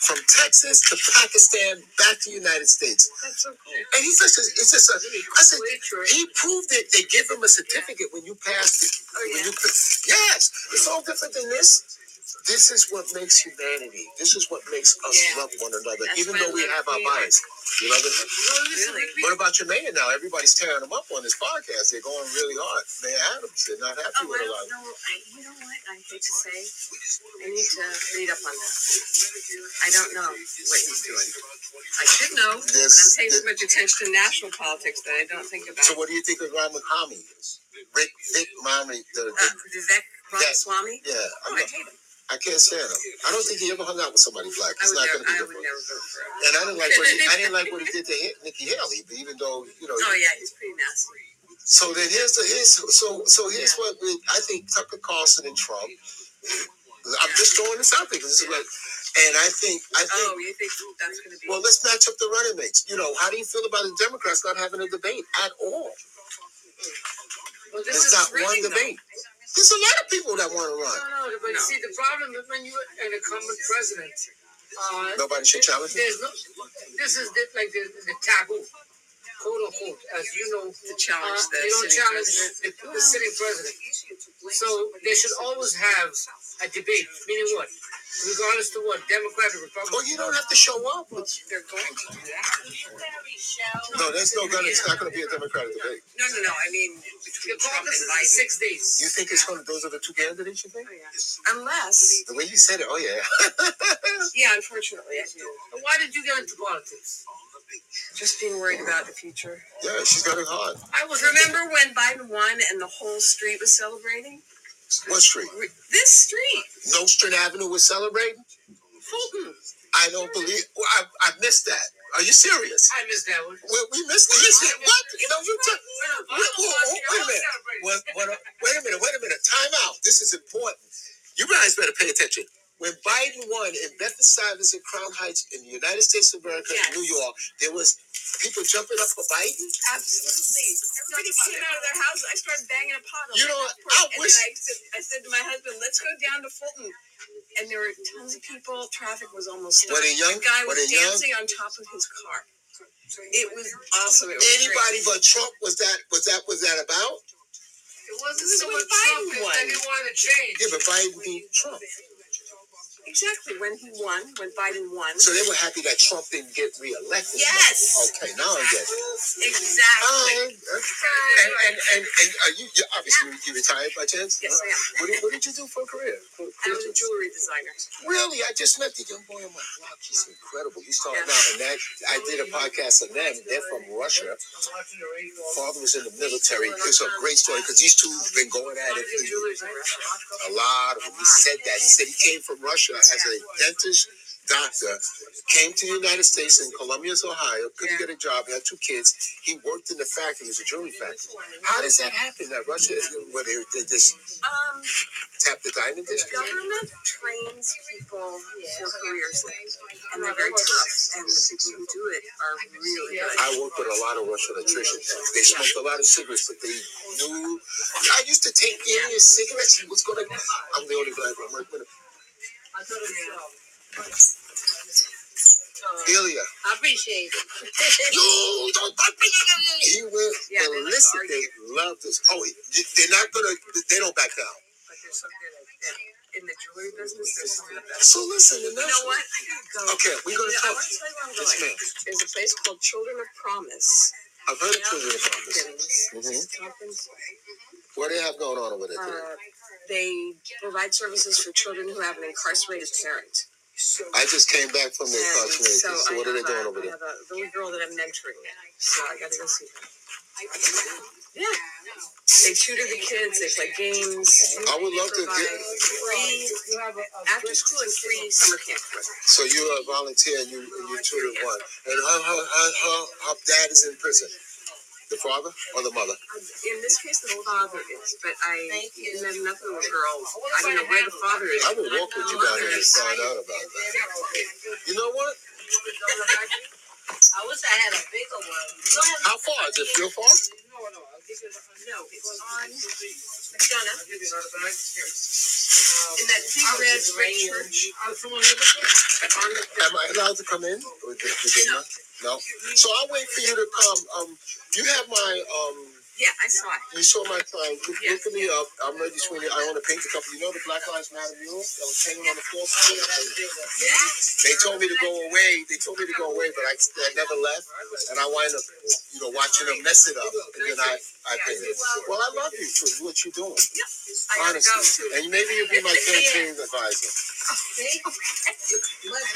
Speaker 1: From Texas to Pakistan, back to the United States.
Speaker 2: That's so cool.
Speaker 1: And he's just, it's just a, I said, he proved it. They give him a certificate when you pass it.
Speaker 2: Oh,
Speaker 1: When
Speaker 2: yeah.
Speaker 1: you pass- yes, it's all different than this. This is what makes humanity. This is what makes us
Speaker 2: Yeah.
Speaker 1: love one another,
Speaker 2: That's
Speaker 1: even
Speaker 2: why I
Speaker 1: though we
Speaker 2: love
Speaker 1: have
Speaker 2: New
Speaker 1: our
Speaker 2: York.
Speaker 1: bias. You love it?
Speaker 2: Really?
Speaker 1: What about your mayor now? Everybody's tearing him up on this podcast. They're going really hard. Mayor Adams, they're not happy
Speaker 2: Oh,
Speaker 1: with
Speaker 2: I
Speaker 1: a lot.
Speaker 2: don't know. I, you know what? I hate to say. I need to read up on that. I don't know what he's doing. I should know, but I'm
Speaker 1: This-
Speaker 2: paying so
Speaker 1: thi-
Speaker 2: much attention to national politics that I don't think about.
Speaker 1: So what do you think of Ron McCamey? Rick, Vic Mommy,
Speaker 2: Uh,
Speaker 1: the, the,
Speaker 2: Vivek Ramaswamy.
Speaker 1: yeah,
Speaker 2: Oh,
Speaker 1: I'm
Speaker 2: I
Speaker 1: not,
Speaker 2: hate him.
Speaker 1: I can't stand him. I don't think he ever hung out with somebody black.
Speaker 2: I
Speaker 1: It's
Speaker 2: would
Speaker 1: not
Speaker 2: never.
Speaker 1: going to be
Speaker 2: I
Speaker 1: good
Speaker 2: would
Speaker 1: for him.
Speaker 2: never vote for him.
Speaker 1: And I didn't like what he, I didn't like what he did to hit Nikki Haley, but even though you know.
Speaker 2: <laughs> Oh yeah, he's pretty nasty.
Speaker 1: So then here's the here's so so here's what we, I think Tucker Carlson and Trump. I'm just throwing this out there because this is what, and I think I think.
Speaker 2: Oh, you think that's gonna be?
Speaker 1: Well, let's match up the running mates. You know, how do you feel about the Democrats not having a debate at all?
Speaker 2: Well, this
Speaker 1: There's
Speaker 2: is
Speaker 1: not one
Speaker 2: rigging, though.
Speaker 1: debate. There's a lot of people that want to run.
Speaker 4: No, no, but
Speaker 2: No.
Speaker 4: see, the problem is when you are an incumbent president, uh,
Speaker 1: Nobody should challenge me.
Speaker 4: there's no, this is the, like the, the taboo, quote unquote, as you know,
Speaker 2: To
Speaker 4: uh,
Speaker 2: challenge
Speaker 4: they
Speaker 2: the
Speaker 4: don't
Speaker 2: sitting
Speaker 4: challenge
Speaker 2: president.
Speaker 4: the, the sitting president. So they should always have a debate, meaning what? Regardless to what, Democrat or
Speaker 1: Well,
Speaker 4: Republican.
Speaker 1: you don't have to show up.
Speaker 2: They're going to do that.
Speaker 1: No, there's no gonna. It's not going to be a Democratic debate.
Speaker 2: No, no, no. I mean,
Speaker 4: The
Speaker 2: between Trump
Speaker 4: caucus is
Speaker 2: and
Speaker 4: in
Speaker 2: Biden.
Speaker 4: six days.
Speaker 1: You think it's going to? Those are the two candidates. You think?
Speaker 2: Oh, yeah. Unless,
Speaker 1: The way you said it. Oh yeah.
Speaker 2: <laughs> yeah, unfortunately, I do.
Speaker 4: And Why did you get into politics?
Speaker 2: Just being worried about the future.
Speaker 1: Yeah, she's got it hard.
Speaker 4: I was
Speaker 2: Remember when Biden won and the whole street was celebrating?
Speaker 1: What street?
Speaker 2: Re- This street,
Speaker 1: Nostrand Avenue was celebrating?
Speaker 2: Fulton.
Speaker 1: I don't believe. well, I, I missed that. Are you serious?
Speaker 4: I missed that one.
Speaker 1: We, we missed this. What? No, you t-
Speaker 4: Wait
Speaker 1: wait, whoa, whoa, wait a minute. What, what, wait a minute. Wait a minute. Time out. This is important. You guys better pay attention. When Biden won in Bedford-Stuyvesant and Crown Heights in the United States of America,
Speaker 2: Yes.
Speaker 1: New York, there was people jumping up for Biden.
Speaker 2: Absolutely. Everybody came out of their houses. I started banging a pot. on my
Speaker 1: You know what?
Speaker 2: front porch,
Speaker 1: I
Speaker 2: and
Speaker 1: wish-
Speaker 2: Then I, said, I said to my husband, "Let's go down to Fulton." And there were tons of people. Traffic was almost stopped.
Speaker 1: Were they
Speaker 2: The
Speaker 1: young?
Speaker 2: guy
Speaker 1: Were
Speaker 2: was
Speaker 1: they young?
Speaker 2: dancing on top of his car. It was awesome. It was
Speaker 1: Anybody but Trump was that? Was that? Was that about?
Speaker 4: It wasn't
Speaker 2: This is
Speaker 4: so
Speaker 2: when
Speaker 4: much
Speaker 2: Biden
Speaker 4: Trump, it's
Speaker 2: won.
Speaker 4: that he wanted to change.
Speaker 1: Yeah, but Biden beat Trump.
Speaker 2: great. Exactly. When he won, when Biden won.
Speaker 1: So they were happy that Trump didn't get reelected.
Speaker 2: Yes.
Speaker 1: Okay, now I get it. Oh,
Speaker 2: Exactly.
Speaker 1: And, and, and, and are you, you obviously you retired by chance?
Speaker 2: Yes, I am.
Speaker 1: What did, what did you do for a career?
Speaker 2: I was a jewelry designer.
Speaker 1: Really, I just met the young boy on my block. He's incredible. He's starting
Speaker 2: Yeah.
Speaker 1: out, and that I did a podcast on them. They're from Russia. Father was in the military. It's a great story because these two been going at it
Speaker 2: The jewelers in Russia.
Speaker 1: a lot of them. He said that. He said he came from Russia as a dentist doctor, came to the United States in Columbus, Ohio, couldn't get a job, had two kids. He worked in the factory, it was a jewelry factory. How does that happen that Russia is where they, they just
Speaker 2: Um,
Speaker 1: tap the diamond district?
Speaker 2: government trains people for careers, and they're very tough. And the people who do it are really good.
Speaker 1: I worked with a lot of Russian electricians. They smoked a lot of cigarettes, but they knew. I used to take in cigarettes and was going to. I'm the only black one. I'm like, Ilya,
Speaker 4: I appreciate
Speaker 1: <laughs>
Speaker 4: it.
Speaker 1: you don't touch me. He went
Speaker 2: Yeah, they
Speaker 1: and
Speaker 2: like
Speaker 1: listen.
Speaker 2: argue.
Speaker 1: They love this. Oh, they're not gonna. They don't back down.
Speaker 2: But they're so good at, at- in the jewelry business. They're some of the best.
Speaker 1: So listen, and
Speaker 2: You
Speaker 1: that's
Speaker 2: know what? I gotta go.
Speaker 1: Okay, we're gonna
Speaker 2: I
Speaker 1: talk.
Speaker 2: want to tell you where I'm
Speaker 1: Yes,
Speaker 2: going.
Speaker 1: ma'am.
Speaker 2: There's a place called Children of Promise.
Speaker 1: I've heard of children about this.
Speaker 2: Hopkins. Hopkins.
Speaker 1: What do they have going on over there?
Speaker 2: Uh, they provide services for children who have an incarcerated parent.
Speaker 1: I just came back from the
Speaker 2: And
Speaker 1: incarceration.
Speaker 2: so
Speaker 1: So,
Speaker 2: I
Speaker 1: what are they
Speaker 2: have
Speaker 1: doing
Speaker 2: a-
Speaker 1: over
Speaker 2: I
Speaker 1: there?
Speaker 2: have a little girl that I'm mentoring now, so I gotta go see her. Yeah, they tutor the kids, they play games.
Speaker 1: I would love to
Speaker 2: Provide
Speaker 1: get.
Speaker 2: free, uh, after school and free summer camp.
Speaker 1: So you're a volunteer and you and you tutor one. And her her, her her her dad is in prison. The father or the mother?
Speaker 2: In this case, the father is, but I met another little girl, I don't know where the father is.
Speaker 1: I will walk with you down there and find out about that. You know what?
Speaker 4: I wish I had a bigger one.
Speaker 1: How far? Is it still far?
Speaker 4: No, no, I'll give you the-
Speaker 2: No, it's on McDonough, in that big
Speaker 4: I read
Speaker 2: red brick
Speaker 4: Richard.
Speaker 2: church.
Speaker 4: I was someone living there.
Speaker 2: On the,
Speaker 1: Am I allowed to come in? Or did- did they not? No. So I'll wait for you to come. Um, you have my um.
Speaker 2: yeah, I saw it.
Speaker 1: You saw my client. Look, look at me up. I'm Reggie Sweeney. I own a painter company. You know the Black Lives Matter mule that was hanging on the floor? They told me to go away. They told me to go away, but I, I never left. And I wind up, you know, watching them mess it up. And then I, I painted. it. Well, I love you for what you're doing,
Speaker 2: I gotta go
Speaker 1: honestly.
Speaker 2: too.
Speaker 1: And maybe you'll be my campaign advisor.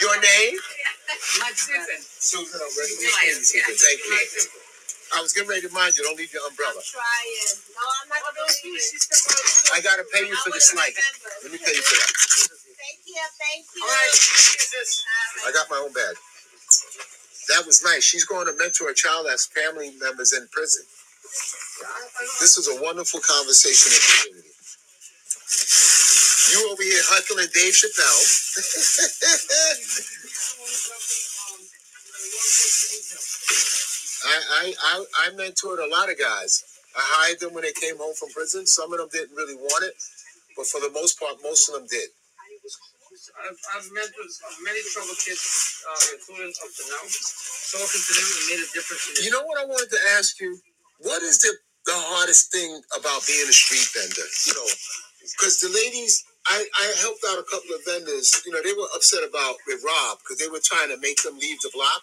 Speaker 1: Your name?
Speaker 2: My Susan.
Speaker 1: Susan, I'm Reggie Sweeney. Thank you. I was getting ready to remind you, don't leave your umbrella.
Speaker 5: Trying. No, I'm not gonna do it.
Speaker 1: I gotta pay you for this light. Let me pay you for that.
Speaker 5: Thank you, thank you.
Speaker 2: All right.
Speaker 1: I got my own bag. That was nice. She's going to mentor a child that's family members in prison. This was a wonderful conversation in the community. You over here heckling Dave Chappelle. I, I, I, I mentored a lot of guys. I hired them when they came home from prison. Some of them didn't really want it, but for the most part, most of them did.
Speaker 4: I've, I've met with uh, many troubled kids, uh, including up to now. Talking to them and made a difference in
Speaker 1: You
Speaker 4: their
Speaker 1: know what I wanted to ask you? What is the the hardest thing about being a street vendor? You know, because the ladies, I I helped out a couple of vendors. You know, they were upset about with Rob because they were trying to make them leave the block.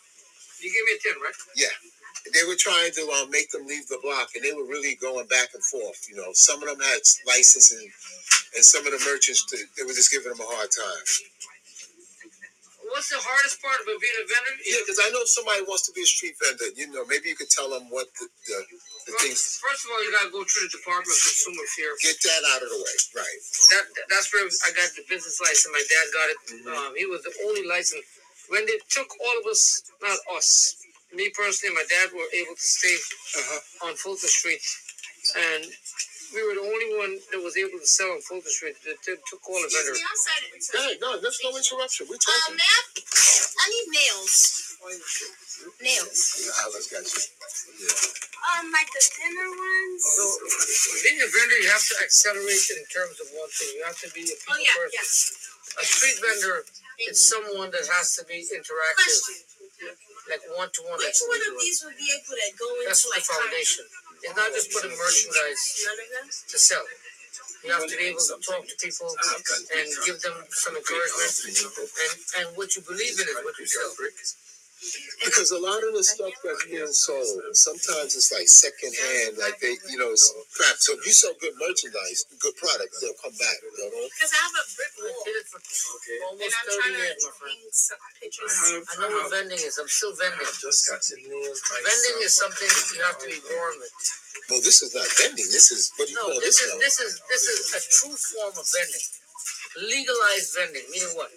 Speaker 4: You gave me a ten, right?
Speaker 1: They were trying to um, make them leave the block, and they were really going back and forth. You know, some of them had licenses, and, and some of the merchants too, they were just giving them a hard time.
Speaker 4: What's the hardest part about being a vendor?
Speaker 1: Yeah, because I know if somebody wants to be a street vendor, you know, maybe you could tell them what the, the, the things.
Speaker 4: First, first of all, you gotta go through the Department of Consumer Affairs.
Speaker 1: Get that out of the way, right?
Speaker 4: That that's where I got the business license. My dad got it.
Speaker 1: Mm-hmm.
Speaker 4: Um, he was the only license. When they took all of us, not us, me personally, and my dad were able to stay
Speaker 1: Uh-huh.
Speaker 4: on Fulton Street, and we were the only one that was able to sell on Fulton Street. They t- took all of
Speaker 5: Excuse
Speaker 4: vendor.
Speaker 5: me, I'm sorry to interrupt.
Speaker 1: Hey, no, there's no interruption. We're
Speaker 5: Uh,
Speaker 4: Um,
Speaker 1: talking.
Speaker 5: ma'am, I need nails. Nails.
Speaker 1: Yeah, I was got you.
Speaker 5: Um, like the thinner ones.
Speaker 4: So
Speaker 1: Oh,
Speaker 4: being a vendor, you have to accelerate in terms of one thing. You have to be a people
Speaker 5: Oh yeah,
Speaker 4: person.
Speaker 5: yes.
Speaker 4: A street vendor
Speaker 5: Thank
Speaker 4: is
Speaker 5: you.
Speaker 4: someone that has to be interactive,
Speaker 5: Question:
Speaker 4: like one to one.
Speaker 5: Which one of these would be able to go
Speaker 4: That's the
Speaker 5: into like car-
Speaker 4: foundation. It's not just putting merchandise
Speaker 5: None of them.
Speaker 4: to sell. You have to be able to talk to people and give them some encouragement. And, and what you believe in is what you sell.
Speaker 1: Because a lot of the stuff that's being sold, sometimes it's like secondhand, like they, you know, it's crap. So if you sell good merchandise, good products, they'll come back. You know?
Speaker 5: Because I have a brick
Speaker 4: I
Speaker 5: wall.
Speaker 4: did it for
Speaker 3: Okay.
Speaker 5: And
Speaker 4: almost 30
Speaker 5: I'm trying to
Speaker 4: years, my friend.
Speaker 5: bring some uh, pictures.
Speaker 3: have,
Speaker 4: I know what vending is. I'm still vending.
Speaker 3: just got your nails. like
Speaker 4: Vending
Speaker 3: some-
Speaker 4: is something you have to be born with.
Speaker 1: Well, this is not vending. This is, what do you
Speaker 4: No,
Speaker 1: call
Speaker 4: this
Speaker 1: this
Speaker 4: is
Speaker 1: now?
Speaker 4: this is this is a true form of vending. Legalized vending, meaning what?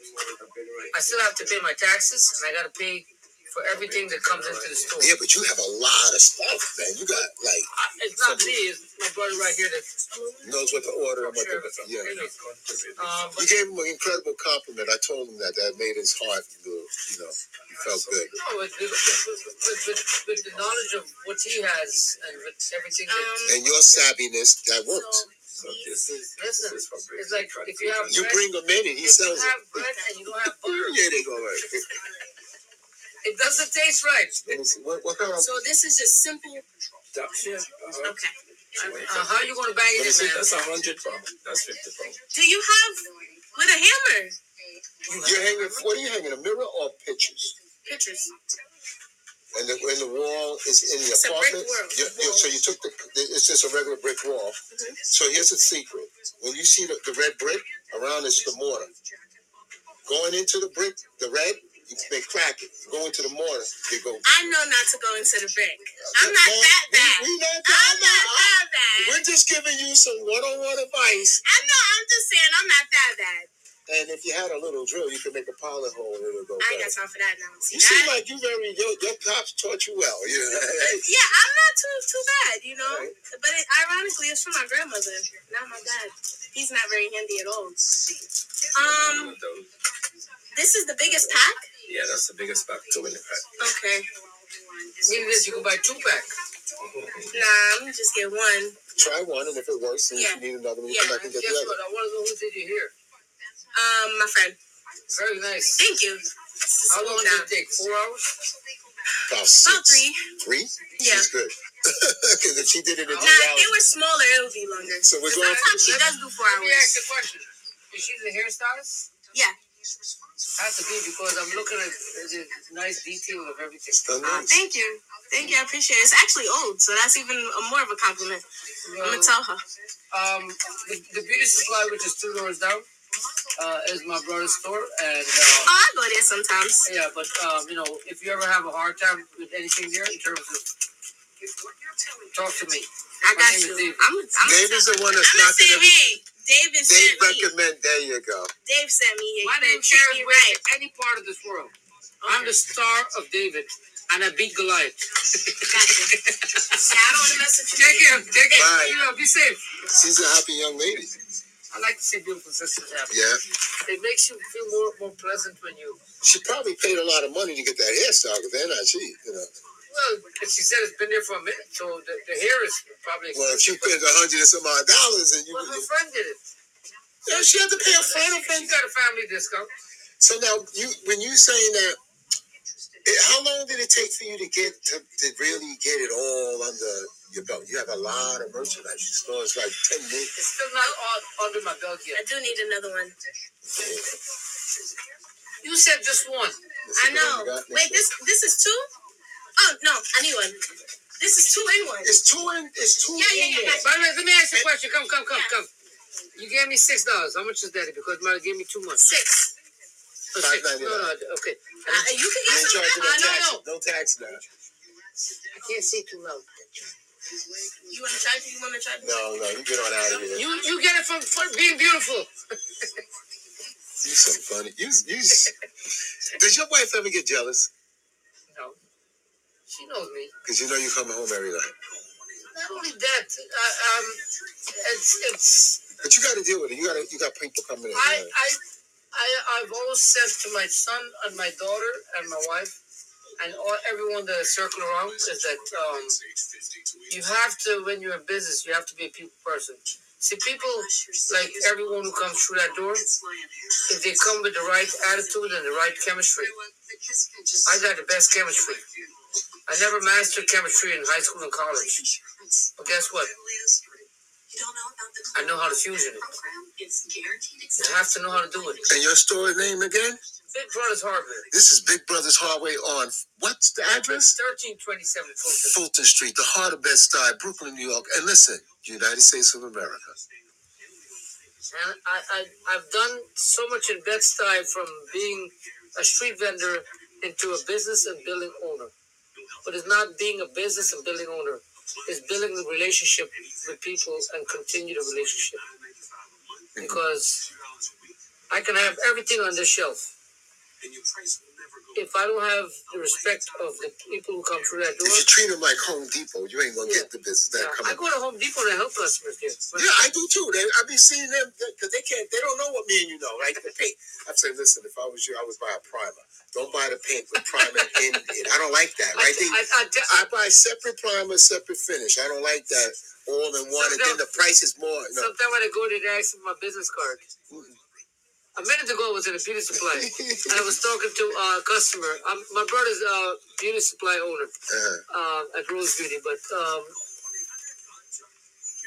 Speaker 4: I still have to pay my taxes and I gotta pay for everything that comes into the store.
Speaker 1: Yeah, but you have a lot of stuff, man. You got, like,
Speaker 4: I, it's not me, it's my brother right here that
Speaker 1: knows what to order and what to, yeah.
Speaker 4: um,
Speaker 1: You gave him an incredible compliment. I told him that. That made his heart, you know, he felt good.
Speaker 4: no, with, with, with, with, with the knowledge of what he has and with everything that
Speaker 5: Um,
Speaker 1: And your savviness, that
Speaker 5: so
Speaker 1: worked.
Speaker 5: these,
Speaker 4: listen, it's like if you have
Speaker 1: You
Speaker 4: bread,
Speaker 1: bring him in and he
Speaker 4: if you
Speaker 1: sells
Speaker 4: have
Speaker 1: it.
Speaker 4: bread and you don't have butter,
Speaker 1: <laughs> Yeah, they go right.
Speaker 4: it doesn't taste right.
Speaker 1: Let me see. What, what kind of?
Speaker 5: so this is just simple.
Speaker 3: Yeah,
Speaker 5: Okay. Uh-huh,
Speaker 3: uh-huh.
Speaker 4: Uh, how you gonna bang
Speaker 3: Let me
Speaker 4: it
Speaker 3: see,
Speaker 4: in, man?
Speaker 3: that's a hundred pound. That's fifty pound.
Speaker 5: Do you have with a hammer
Speaker 1: You're hanging. What are you hanging? A mirror or pictures? Mm-hmm.
Speaker 5: pictures?
Speaker 1: And the and the wall is in the
Speaker 5: It's a brick
Speaker 1: apartment.
Speaker 5: wall.
Speaker 1: You- you- so you took the. It's just a regular brick wall. So here's a secret. When you see the, the red brick around, it's the mortar. Going into the brick, the red, you, they crack it. Go into the mortar, they go.
Speaker 5: I know not to go into the brick. I'm not
Speaker 1: Man,
Speaker 5: that
Speaker 1: we-
Speaker 5: bad.
Speaker 1: We, not that
Speaker 5: I'm not
Speaker 1: bad.
Speaker 5: that bad.
Speaker 1: We're just giving you some one-on-one advice.
Speaker 5: I know. I'm just saying I'm not that bad.
Speaker 1: And if you had a little drill, you could make a pilot hole and it'll go.
Speaker 5: I ain't
Speaker 1: back.
Speaker 5: got time for that now. See
Speaker 1: You seem
Speaker 5: that?
Speaker 1: like you very your, your cops taught you well. Yeah.
Speaker 5: Yeah, I'm not too too bad, you know. But it, ironically, it's from my grandmother, not my dad. He's not very handy at all. Um, this is the biggest pack.
Speaker 3: Yeah, that's the biggest pack. Two in the pack.
Speaker 5: Okay.
Speaker 4: Meaning this, you can buy two pack.
Speaker 5: Nah, I'm just get one.
Speaker 1: Try one, and if it works, then
Speaker 5: Yeah.
Speaker 1: if you need another one, you
Speaker 5: Yeah,
Speaker 1: come back
Speaker 4: And
Speaker 1: and
Speaker 4: guess
Speaker 1: get the
Speaker 4: what?
Speaker 1: other.
Speaker 4: I wanna know who did you hear.
Speaker 5: Um, my friend.
Speaker 4: Very nice.
Speaker 5: Thank you. This is
Speaker 4: How long does
Speaker 5: cool now.
Speaker 4: it take? Four hours?
Speaker 1: About
Speaker 5: About
Speaker 1: six.
Speaker 5: three.
Speaker 1: Three?
Speaker 5: Yeah.
Speaker 1: She's good. <laughs> Because if she did it
Speaker 5: Nah,
Speaker 1: in two
Speaker 5: if they
Speaker 1: hours,
Speaker 5: were smaller, it would be longer.
Speaker 1: so we're going
Speaker 5: Sometimes she
Speaker 1: for
Speaker 5: does do four
Speaker 4: Let me ask
Speaker 5: hours.
Speaker 4: you a question. Is she the hairstylist?
Speaker 5: Yeah.
Speaker 4: Has to be because I'm looking at the nice detail of everything.
Speaker 1: the
Speaker 5: Uh,
Speaker 1: nice.
Speaker 5: thank you. Thank you. I appreciate it. It's actually old, so that's even a, more of a compliment.
Speaker 4: You
Speaker 5: I'm
Speaker 4: know,
Speaker 5: gonna tell her.
Speaker 4: um, the, the beauty supply, which is two doors down, uh, is my brother's store, and uh,
Speaker 5: Oh, I go there sometimes.
Speaker 4: yeah. But um, you know, if you ever have a hard time with anything there, in terms of talk to me.
Speaker 5: I
Speaker 4: My
Speaker 5: got
Speaker 4: name is
Speaker 5: you.
Speaker 4: Dave.
Speaker 5: I'm. I'm
Speaker 1: Dave is the one that's
Speaker 5: I'm gonna
Speaker 1: knocking
Speaker 5: say,
Speaker 1: every.
Speaker 5: hey, David
Speaker 1: Dave
Speaker 5: sent me.
Speaker 1: recommend. There you go.
Speaker 5: Dave sent me here.
Speaker 4: My
Speaker 5: You
Speaker 4: name
Speaker 5: treat
Speaker 4: carries
Speaker 5: me
Speaker 4: weight
Speaker 5: right.
Speaker 4: in any part of this world. I'm the star of David, and I beat Goliath. <laughs>
Speaker 5: Gotcha. Yeah, I don't wanna mess with you.
Speaker 4: Take care, take care.
Speaker 1: Bye.
Speaker 4: You know, be safe.
Speaker 1: She's a happy young lady.
Speaker 4: I like to see beautiful sisters happy.
Speaker 1: Yeah.
Speaker 4: It makes you feel more more pleasant when you.
Speaker 1: She probably paid a lot of money to get that hairstyle because they're not cheap. You know.
Speaker 4: Well, she said it's been there for a minute, so the, the hair is probably.
Speaker 1: Well, if she paid a hundred and some odd dollars, and you,
Speaker 4: Well, her
Speaker 1: you
Speaker 4: friend did it.
Speaker 1: know, she had to pay a friend. a friend.
Speaker 4: She got a family discount.
Speaker 1: So now, you when you saying that, it, how long did it take for you to get to, to really get it all under your belt? You have a lot of merchandise. Your store's like ten million.
Speaker 4: It's still not all under my belt
Speaker 5: I
Speaker 4: yet.
Speaker 5: do need another one.
Speaker 4: You said just one.
Speaker 5: I know. Wait, this this is two? Oh no, I need one. This is two in one.
Speaker 1: It's two in. It's two
Speaker 5: Yeah, yeah,
Speaker 1: in
Speaker 5: yeah,
Speaker 1: there.
Speaker 5: gotcha.
Speaker 4: By the way, let me ask you a question. Come, come, come, come. You gave me six dollars. How much is that? Because Mother gave me two months.
Speaker 5: Six.
Speaker 4: Oh,
Speaker 1: Five
Speaker 4: six. No,
Speaker 1: ninety-nine.
Speaker 4: no, okay.
Speaker 5: Uh, you can get
Speaker 1: You ain't
Speaker 5: some Uh, of
Speaker 1: charging
Speaker 4: I
Speaker 5: that.
Speaker 1: no tax.
Speaker 4: know,
Speaker 1: No tax now.
Speaker 4: I can't see too loud.
Speaker 5: You wanna try you wanna try
Speaker 1: No, no, you get on out of here.
Speaker 4: You
Speaker 1: You
Speaker 4: you get it from, from being beautiful.
Speaker 1: so funny. You,
Speaker 4: <laughs>
Speaker 1: you. s- Does your wife ever get jealous?
Speaker 4: No, she knows me.
Speaker 1: Because you know you coming home every night.
Speaker 4: Not only that, uh, um, it's it's
Speaker 1: But you got to deal with it. You got to. You got people coming in.
Speaker 4: I,
Speaker 1: you know.
Speaker 4: I, I, I've always said to my son and my daughter and my wife and all, everyone that I circle around is that um, you have to, when you're in business, you have to be a people person. See, people, like everyone who comes through that door, if they come with the right attitude and the right chemistry, I got the best chemistry. I never mastered chemistry in high school and college. But guess what? I know how to fusion it. You have to know how to do it.
Speaker 1: And your store name again?
Speaker 4: Big Brothers Hardware.
Speaker 1: This is Big Brothers Hardway on what's the address?
Speaker 4: 1327 Fulton.
Speaker 1: Fulton Street, the heart of Bed Stuy, Brooklyn, New York. And listen, United States of America.
Speaker 4: And I, I, I've done so much in Bed-Stuy from being a street vendor into a business and building owner. But it's not being a business and building owner. It's building the relationship with people and continue the relationship. Because I can have everything on this shelf. If I don't have the respect of the people who come through that door,
Speaker 1: If you treat them like Home Depot, you ain't gonna get the business that
Speaker 4: yeah, I
Speaker 1: coming.
Speaker 4: go to Home Depot to help customers here. But
Speaker 1: Yeah, I do too. They, I've been seeing them because they can't. They don't know what me and you know. Like the paint. I'm saying, listen, if I was you, I would buy a primer. Don't buy the paint
Speaker 4: <laughs>
Speaker 1: with primer in it. I don't like that.
Speaker 4: I,
Speaker 1: Right? They-
Speaker 4: I, I, I,
Speaker 1: I buy separate primer, separate finish. I don't like that all in one, and then the price is more. No.
Speaker 4: Sometimes when I go there, they ask for my business card. A minute ago, I was in a beauty supply, and I was talking to a customer. Um, my brother's a beauty supply owner
Speaker 1: Uh,
Speaker 4: uh, at Rose Beauty, but um,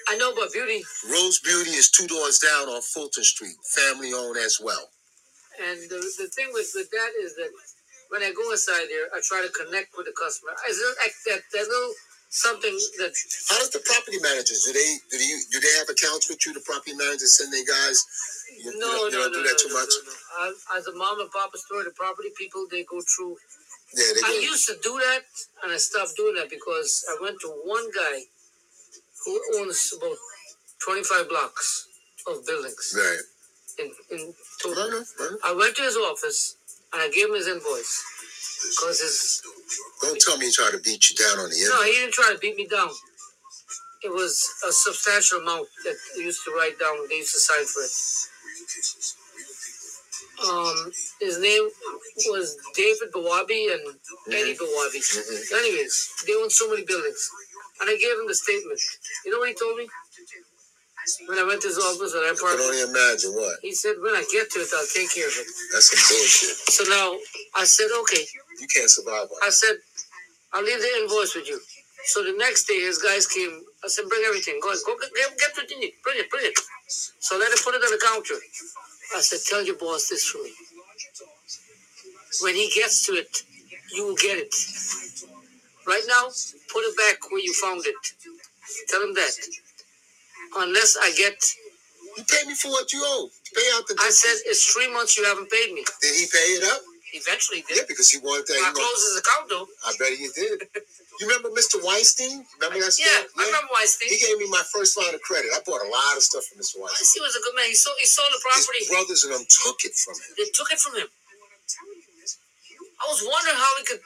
Speaker 4: I know about beauty,
Speaker 1: Rose Beauty is two doors down on Fulton Street, family owned as well.
Speaker 4: and the, the thing with, with that is that when I go inside there, I try to connect with the customer. I just act that, that little something that
Speaker 1: How does the property managers do they do you do they have accounts with you? The property managers send their guys. You, you
Speaker 4: no,
Speaker 1: don't, you
Speaker 4: no, no, no, no,
Speaker 1: don't do that too
Speaker 4: no,
Speaker 1: much.
Speaker 4: no. I, as a mom and papa store, the property people they go through
Speaker 1: Yeah, they
Speaker 4: I
Speaker 1: go.
Speaker 4: used to do that, and I stopped doing that because I went to one guy who owns about 25 blocks of buildings
Speaker 1: Right.
Speaker 4: in, in
Speaker 1: No,
Speaker 4: total.
Speaker 1: no, no.
Speaker 4: I went to his office and I gave him his invoice because his
Speaker 1: Don't tell me you try to beat you down on the
Speaker 4: no, he
Speaker 1: invoice.
Speaker 4: didn't try to beat me down. It was a substantial amount that he used to write down. They used to sign for it. Um, his name was David Bawabi and
Speaker 1: Mm-hmm.
Speaker 4: Eddie Bawabi. Anyways, they own so many buildings. And I gave him the statement. You know what he told me? When I went to his office at
Speaker 1: I can only
Speaker 4: Empire,
Speaker 1: imagine what.
Speaker 4: he said, when I get to it, I'll take care of it.
Speaker 1: That's some bullshit.
Speaker 4: So now I said, okay.
Speaker 1: You can't survive on
Speaker 4: I said, I'll leave the invoice with you. So the next day, his guys came. I said, bring everything. Go, go get, get, get what you need. Bring it, bring it. So I let him put it on the counter. I said, tell your boss this for me. When he gets to it, you will get it. Right now, put it back where you found it. Tell him that. Unless I get,
Speaker 1: You pay me for what you owe. Pay out the.
Speaker 4: I said, it's three months you haven't paid me.
Speaker 1: Did he pay it up?
Speaker 4: Eventually, he did.
Speaker 1: Yeah, because he wanted
Speaker 4: I
Speaker 1: that. He wanted-
Speaker 4: closed his account though.
Speaker 1: I bet he did. You remember Mr. Weinstein? Remember that
Speaker 4: Yeah,
Speaker 1: story?
Speaker 4: I remember Weinstein.
Speaker 1: He gave me my first line of credit. I bought a lot of stuff from Mr. Weinstein.
Speaker 4: Weinstein was a good man. He sold, he sold the
Speaker 1: His
Speaker 4: property.
Speaker 1: brothers and them took it from him.
Speaker 4: They took it from him. I was wondering how he could,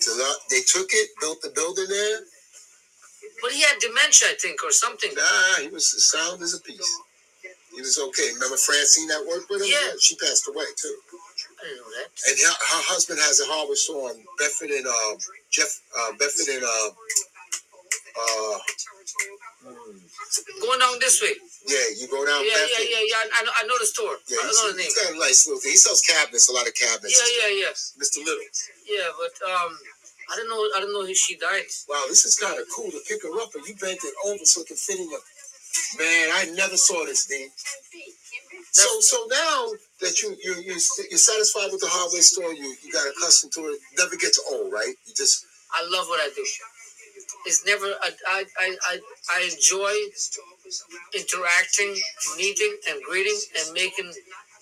Speaker 1: So that- They took it, built the building there.
Speaker 4: but he had dementia, I think, or something.
Speaker 1: Nah, he was as sound as a piece. He was okay. Remember Francine that worked with him?
Speaker 4: Yeah.
Speaker 1: She passed away too.
Speaker 4: I didn't know
Speaker 1: <laughs>
Speaker 4: that.
Speaker 1: And her, her husband has a hardware store on Bedford and uh, Jeff uh, Bedford and uh, uh,
Speaker 4: Going down this way.
Speaker 1: yeah, you go down
Speaker 4: Yeah, yeah,
Speaker 1: Bedford.
Speaker 4: yeah, yeah. I I know, I know the store.
Speaker 1: Yeah,
Speaker 4: I
Speaker 1: he's,
Speaker 4: know the name.
Speaker 1: he's got a nice little thing. He sells cabinets, a lot of cabinets.
Speaker 4: Yeah, yeah, yeah,
Speaker 1: Mr. Little.
Speaker 4: yeah. But um, I didn't know. I didn't know he, she died.
Speaker 1: Wow, this is kind of cool to pick her up and you bent it over so it can fit in your. Man, I never saw this, D. So, so now that you you you you're satisfied with the hardware store, you you got accustomed to it. Never gets old, right? You just
Speaker 4: I love what I do. It's never. I I I I, I enjoy interacting, meeting, and greeting, and making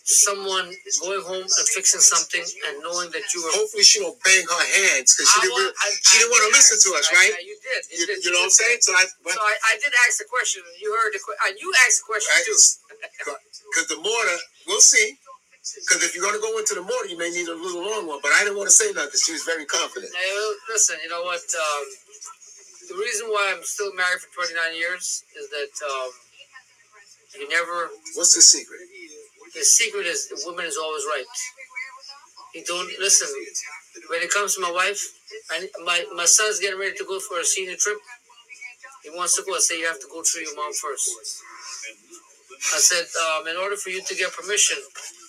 Speaker 4: someone going home and fixing something and knowing that you were.
Speaker 1: hopefully she don't bang her hands because she
Speaker 4: I
Speaker 1: didn't
Speaker 4: wa-
Speaker 1: really,
Speaker 4: I-
Speaker 1: she didn't want
Speaker 4: I-
Speaker 1: to listen to us,
Speaker 4: I-
Speaker 1: right?
Speaker 4: I- You did. You,
Speaker 1: You,
Speaker 4: did.
Speaker 1: you know what I'm saying? So I
Speaker 4: So I, I did ask the question. and You heard the question. You asked the question too.
Speaker 1: because the mortar, we'll see. Because if you're gonna go into the mortar, you may need a little long one. But I didn't want to say nothing because she was very confident.
Speaker 4: Now, listen, you know what? Um, the reason why I'm still married for 29 years is that um, you never.
Speaker 1: What's the secret?
Speaker 4: The secret is the woman is always right. You don't listen. When it comes to my wife, and my my son's getting ready to go for a senior trip. He wants to go. I say you have to go through your mom first. I said, um, in order for you to get permission,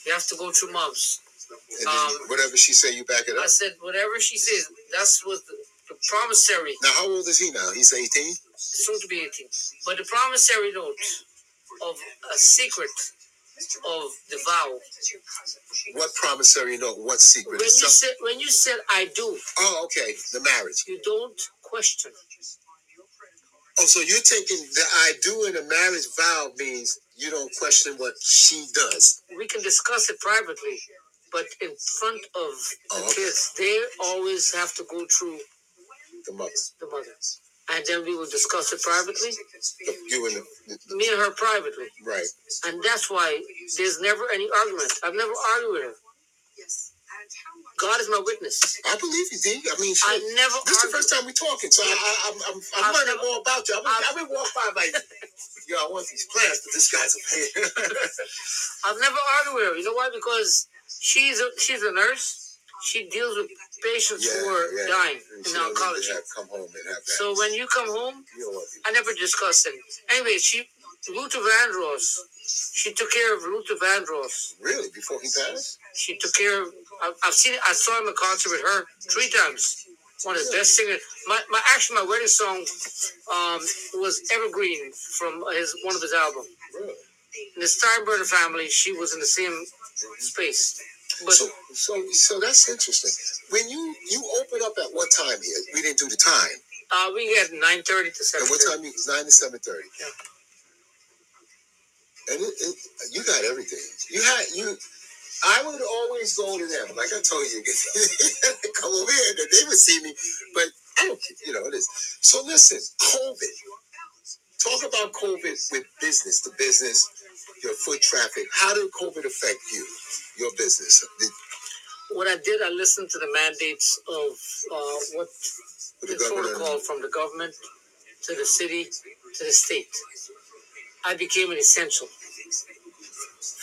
Speaker 4: you have to go through moms.
Speaker 1: And then
Speaker 4: Um,
Speaker 1: whatever she say, you back it
Speaker 4: I
Speaker 1: up.
Speaker 4: said, whatever she says, that's what the, the promissory.
Speaker 1: Now, how old is he now? He's 18.
Speaker 4: soon to be 18. But the promissory note of a secret of the vow.
Speaker 1: What promissory note? What secret?
Speaker 4: When you
Speaker 1: It's some-
Speaker 4: said when you said I do,
Speaker 1: oh, okay, the marriage.
Speaker 4: you don't question.
Speaker 1: Oh, so you're taking the I do in a marriage vow means you don't question what she does.
Speaker 4: We can discuss it privately, but in front of the
Speaker 1: Oh, okay.
Speaker 4: kids, they always have to go through
Speaker 1: The mother,
Speaker 4: the mother. And then we will discuss it privately,
Speaker 1: the, you and the, the
Speaker 4: me and her privately.
Speaker 1: right.
Speaker 4: And that's why there's never any argument. I've never argued with her. God is my witness.
Speaker 1: I believe you, D. I mean, shit.
Speaker 4: I never
Speaker 1: this is the
Speaker 4: argued.
Speaker 1: first time we're talking, so I, I, I'm, I'm, I'm
Speaker 4: I've
Speaker 1: learning
Speaker 4: never-
Speaker 1: more about you. I've been,
Speaker 4: I've-
Speaker 1: I've been walking by like, yo, I want these plants, but this guy's a pain.
Speaker 4: <laughs> I've never argued with her. You know why? Because she's a, she's a nurse. She deals with patients who are dying
Speaker 1: And
Speaker 4: in
Speaker 1: she don't need to
Speaker 4: oncology.
Speaker 1: have- come home and have that.
Speaker 4: So when you come home,
Speaker 1: you don't want to
Speaker 4: I never discussed it. Anyway, she Luther Vandross. She took care of Luther Vandross.
Speaker 1: really before he passed.
Speaker 4: She took care of. I, I've seen. I saw him in concert with her three times. One of the best singers. My, my actually my wedding song um, was Evergreen from his one of his albums.
Speaker 1: Really.
Speaker 4: In the Steinbrenner family, she was in the same space. But
Speaker 1: so, so, so that's interesting. When you you open up at what time here? We didn't do the time.
Speaker 4: uh, we had nine thirty to
Speaker 1: And
Speaker 4: seven.
Speaker 1: what time? You, it's nine to seven thirty.
Speaker 4: Yeah.
Speaker 1: And it, it, you got everything. You had you. I would always go to them, like I told you. <laughs> come over here, and they would see me, but I don't. You know it is. So listen, COVID. Talk about COVID with business, the business, your foot traffic. How did COVID affect you, your business? Did,
Speaker 4: What I did, I listened to the mandates of uh, what
Speaker 1: with
Speaker 4: the
Speaker 1: the governor?
Speaker 4: protocol from the government to the city to the state. I became an essential.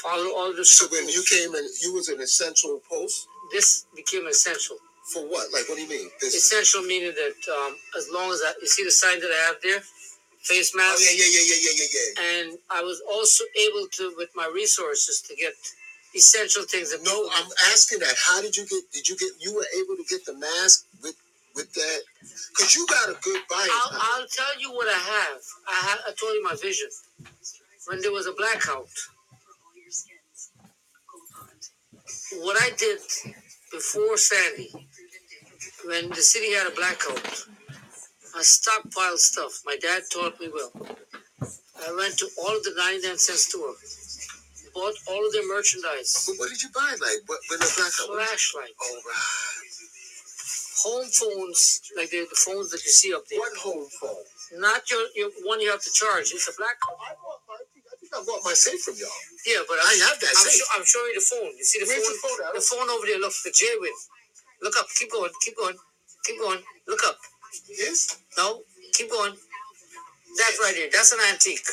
Speaker 4: Follow all the
Speaker 1: So when you came and you was an essential post
Speaker 4: this became essential.
Speaker 1: for what? Like what do you mean? This.
Speaker 4: Essential meaning that um, as long as I, you see the sign that I have there, face
Speaker 1: Oh
Speaker 4: mask.
Speaker 1: yeah, yeah, yeah, yeah, yeah, yeah,
Speaker 4: And I was also able to, with my resources, to get essential things that
Speaker 1: yeah. No,
Speaker 4: people-
Speaker 1: I'm asking that. How did you get? Did you get? You were able to get the mask with with that? Cause you got a good buying
Speaker 4: I'll,
Speaker 1: power.
Speaker 4: I'll tell you what I have. I have. I told you my vision. When there was a blackout, what I did before Sandy, when the city had a blackout, I stockpiled stuff. My dad taught me well. I went to all of the 99 cent store, bought all of their merchandise,
Speaker 1: But what did you buy? Like what? When the blackout? All right.
Speaker 4: flashlight, home phones, like the, the phones that you see up there.
Speaker 1: What home phone?
Speaker 4: Not your, your one you have to charge. It's a blackout.
Speaker 1: I bought my. I think I bought my safe from y'all.
Speaker 4: Yeah, but I'm,
Speaker 1: I have that
Speaker 4: I'm,
Speaker 1: safe.
Speaker 4: sho- I'm showing you the phone. You see the
Speaker 1: Where's
Speaker 4: phone?
Speaker 1: the phone at?
Speaker 4: The phone over there. Look, the J-Win. Look up. Keep going. Keep going. Keep going. Look up.
Speaker 1: Yes.
Speaker 4: No, keep going. That right there. That's an antique.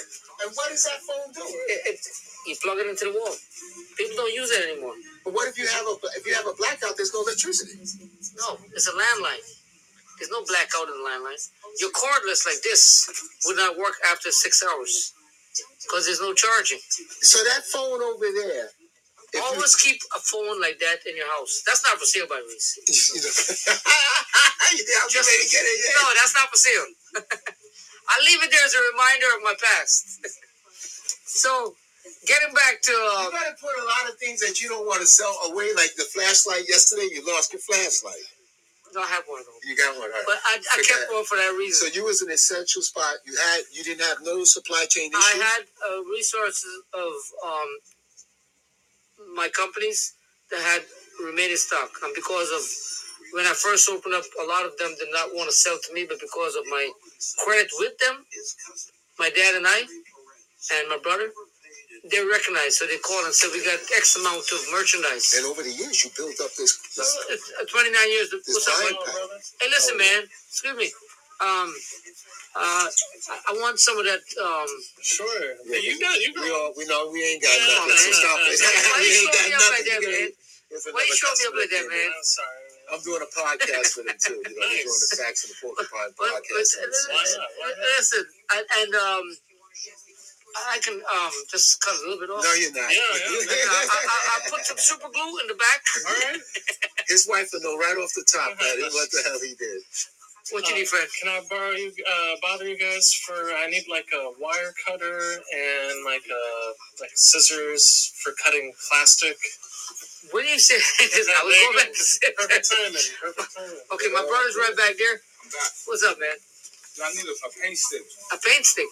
Speaker 1: And what does that phone do?
Speaker 4: It, it, you plug it into the wall. People don't use it anymore.
Speaker 1: But what if you have a if you have a blackout? There's no electricity.
Speaker 4: No, it's a landline. There's no blackout in the landline. Your cordless like this would not work after six hours because there's no charging.
Speaker 1: So that phone over there. <laughs> if you-
Speaker 4: Always keep a phone like that in your house. That's not for sale, by the way.
Speaker 1: <laughs> You know. yeah, I'm
Speaker 4: Just-
Speaker 1: ready to get it. Yeah.
Speaker 4: No, that's not for sale. <laughs> I leave it there as a reminder of my past. so, getting back to
Speaker 1: You
Speaker 4: uh,
Speaker 1: gotta put a lot of things that you don't want to sell away, like the flashlight. Yesterday, you lost your flashlight.
Speaker 4: no, I have one of them,
Speaker 1: You got one, all right.
Speaker 4: but I, I kept one for that
Speaker 1: so
Speaker 4: reason.
Speaker 1: you was an essential spot. You had you didn't have no supply chain issues.
Speaker 4: I had uh, resources of um, my companies that had remaining stock, and because of when I first opened up, a lot of them did not want to sell to me, but because of my credit with them, my dad and I, and my brother, they recognized. So they called and said, "We got X amount of merchandise."
Speaker 1: and over the years, you built up this this,
Speaker 4: It's, uh, 29 years.
Speaker 1: this
Speaker 4: What's up,
Speaker 1: buying
Speaker 4: bud?
Speaker 1: power.
Speaker 4: Hey, listen, man. Excuse me. Um, uh, I, I want some of that. Um,
Speaker 3: Sure.
Speaker 1: Yeah,
Speaker 3: you got you
Speaker 1: We
Speaker 3: got
Speaker 1: all we know we ain't got
Speaker 4: Yeah,
Speaker 1: nothing. So
Speaker 4: man.
Speaker 1: <laughs> stop it.
Speaker 4: <laughs> Why
Speaker 1: we
Speaker 4: you
Speaker 1: ain't
Speaker 4: showing me
Speaker 1: got
Speaker 4: up like
Speaker 1: nothing.
Speaker 4: that,
Speaker 1: You
Speaker 4: man?
Speaker 1: gotta- there's
Speaker 4: Why you
Speaker 1: another
Speaker 4: showing me up
Speaker 1: customer
Speaker 4: like that,
Speaker 1: came
Speaker 4: man?
Speaker 1: in.
Speaker 3: I'm sorry.
Speaker 1: I'm doing a podcast for them too. You know, we're doing
Speaker 4: <laughs>
Speaker 1: the Facts of the Porcupine
Speaker 4: But, but
Speaker 1: podcast.
Speaker 3: Why not? Why not?
Speaker 4: listen, and, and um, I I can um just cut a little bit off.
Speaker 1: No, you're not.
Speaker 3: Yeah, yeah.
Speaker 4: I, I, I, I put some super glue in the back. <laughs>
Speaker 3: All right.
Speaker 1: <laughs> His wife will know right off the top that is what the hell he did.
Speaker 4: What you need, Fred?
Speaker 2: Can I borrow you, uh, bother you guys for? I need like a wire cutter and like a like scissors for cutting plastic.
Speaker 4: What do you say? <laughs> I was going back to say
Speaker 2: Perfect timing. Perfect timing.
Speaker 4: <laughs> Okay, my brother's right back there.
Speaker 6: I'm back.
Speaker 4: What's up, man?
Speaker 6: I need a, a paint stick.
Speaker 4: A paint stick.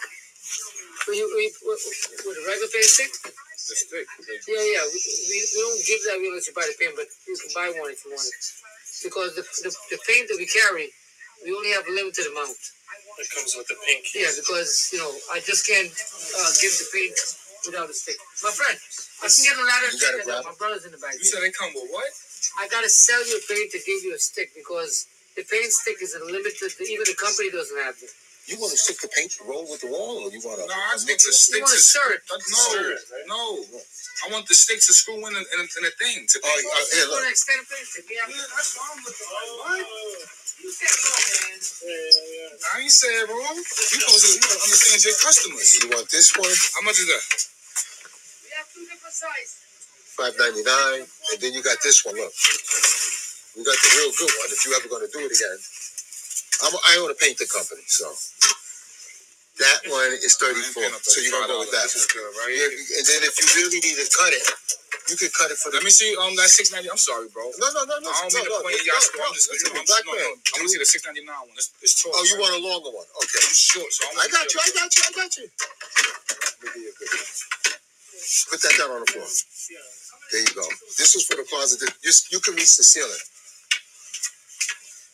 Speaker 4: Were you, were you, were- with a regular paint stick?
Speaker 6: The stick.
Speaker 4: Yeah, yeah. We, we, we don't give that unless you buy the paint, but you can buy one if you want it. Because the, the, the paint that we carry, we only have a limited amount.
Speaker 2: It comes with the pink.
Speaker 4: Yeah, because, you know, I just can't uh, give the paint without a stick. My friend, I can get a ladder.
Speaker 1: You gotta grab
Speaker 4: My brother's in the back. there.
Speaker 6: You said they come with what?
Speaker 4: I gotta sell you a paint to give you a stick because the paint stick is a limited. Even the company doesn't have it.
Speaker 1: You want to stick the paint roll with the wall, or you want
Speaker 6: No,
Speaker 1: to
Speaker 6: I just want
Speaker 1: mix
Speaker 6: the
Speaker 1: it?
Speaker 6: stick
Speaker 4: You want a
Speaker 6: to
Speaker 4: shirt?
Speaker 6: Uh, No, no. I want the stick to screw in and, and, and a thing. To
Speaker 1: Oh, yeah, yeah,
Speaker 4: You want
Speaker 1: look.
Speaker 4: an extended paint stick? Yeah.
Speaker 6: that's what I'm looking for.
Speaker 4: You said no, man.
Speaker 6: I ain't said wrong. You supposed to you gotta understand your customers.
Speaker 1: You want this one,
Speaker 6: How much is that?
Speaker 4: We have two different sizes.
Speaker 1: five ninety nine, and then you got this one. Look, we got the real good one. If you ever going to do it again, I'm, I own a painting company, so that one is thirty four. So you're gonna go with that.
Speaker 6: This is good, right?
Speaker 1: Yeah, and then if you really need to cut it, you can cut it for the.
Speaker 6: Let me see um that six ninety. I'm sorry, bro.
Speaker 1: No, no, no, no.
Speaker 6: I don't
Speaker 1: no,
Speaker 6: mean to
Speaker 1: no,
Speaker 6: point at
Speaker 1: no,
Speaker 6: y'all store.
Speaker 1: no,
Speaker 6: I'm just
Speaker 1: listen
Speaker 6: I'm,
Speaker 1: to
Speaker 6: no,
Speaker 1: me, black
Speaker 6: no,
Speaker 1: man.
Speaker 6: I want to see the six ninety nine one. It's, it's tall.
Speaker 1: Oh, you
Speaker 6: right?
Speaker 1: want a longer one? Okay.
Speaker 6: I'm short, so I
Speaker 1: I
Speaker 6: want.
Speaker 1: got you. I got you. I got you. Let me get you a good one. Put that down on the floor. There you go. This is for the closet. that- You, you can reach the ceiling.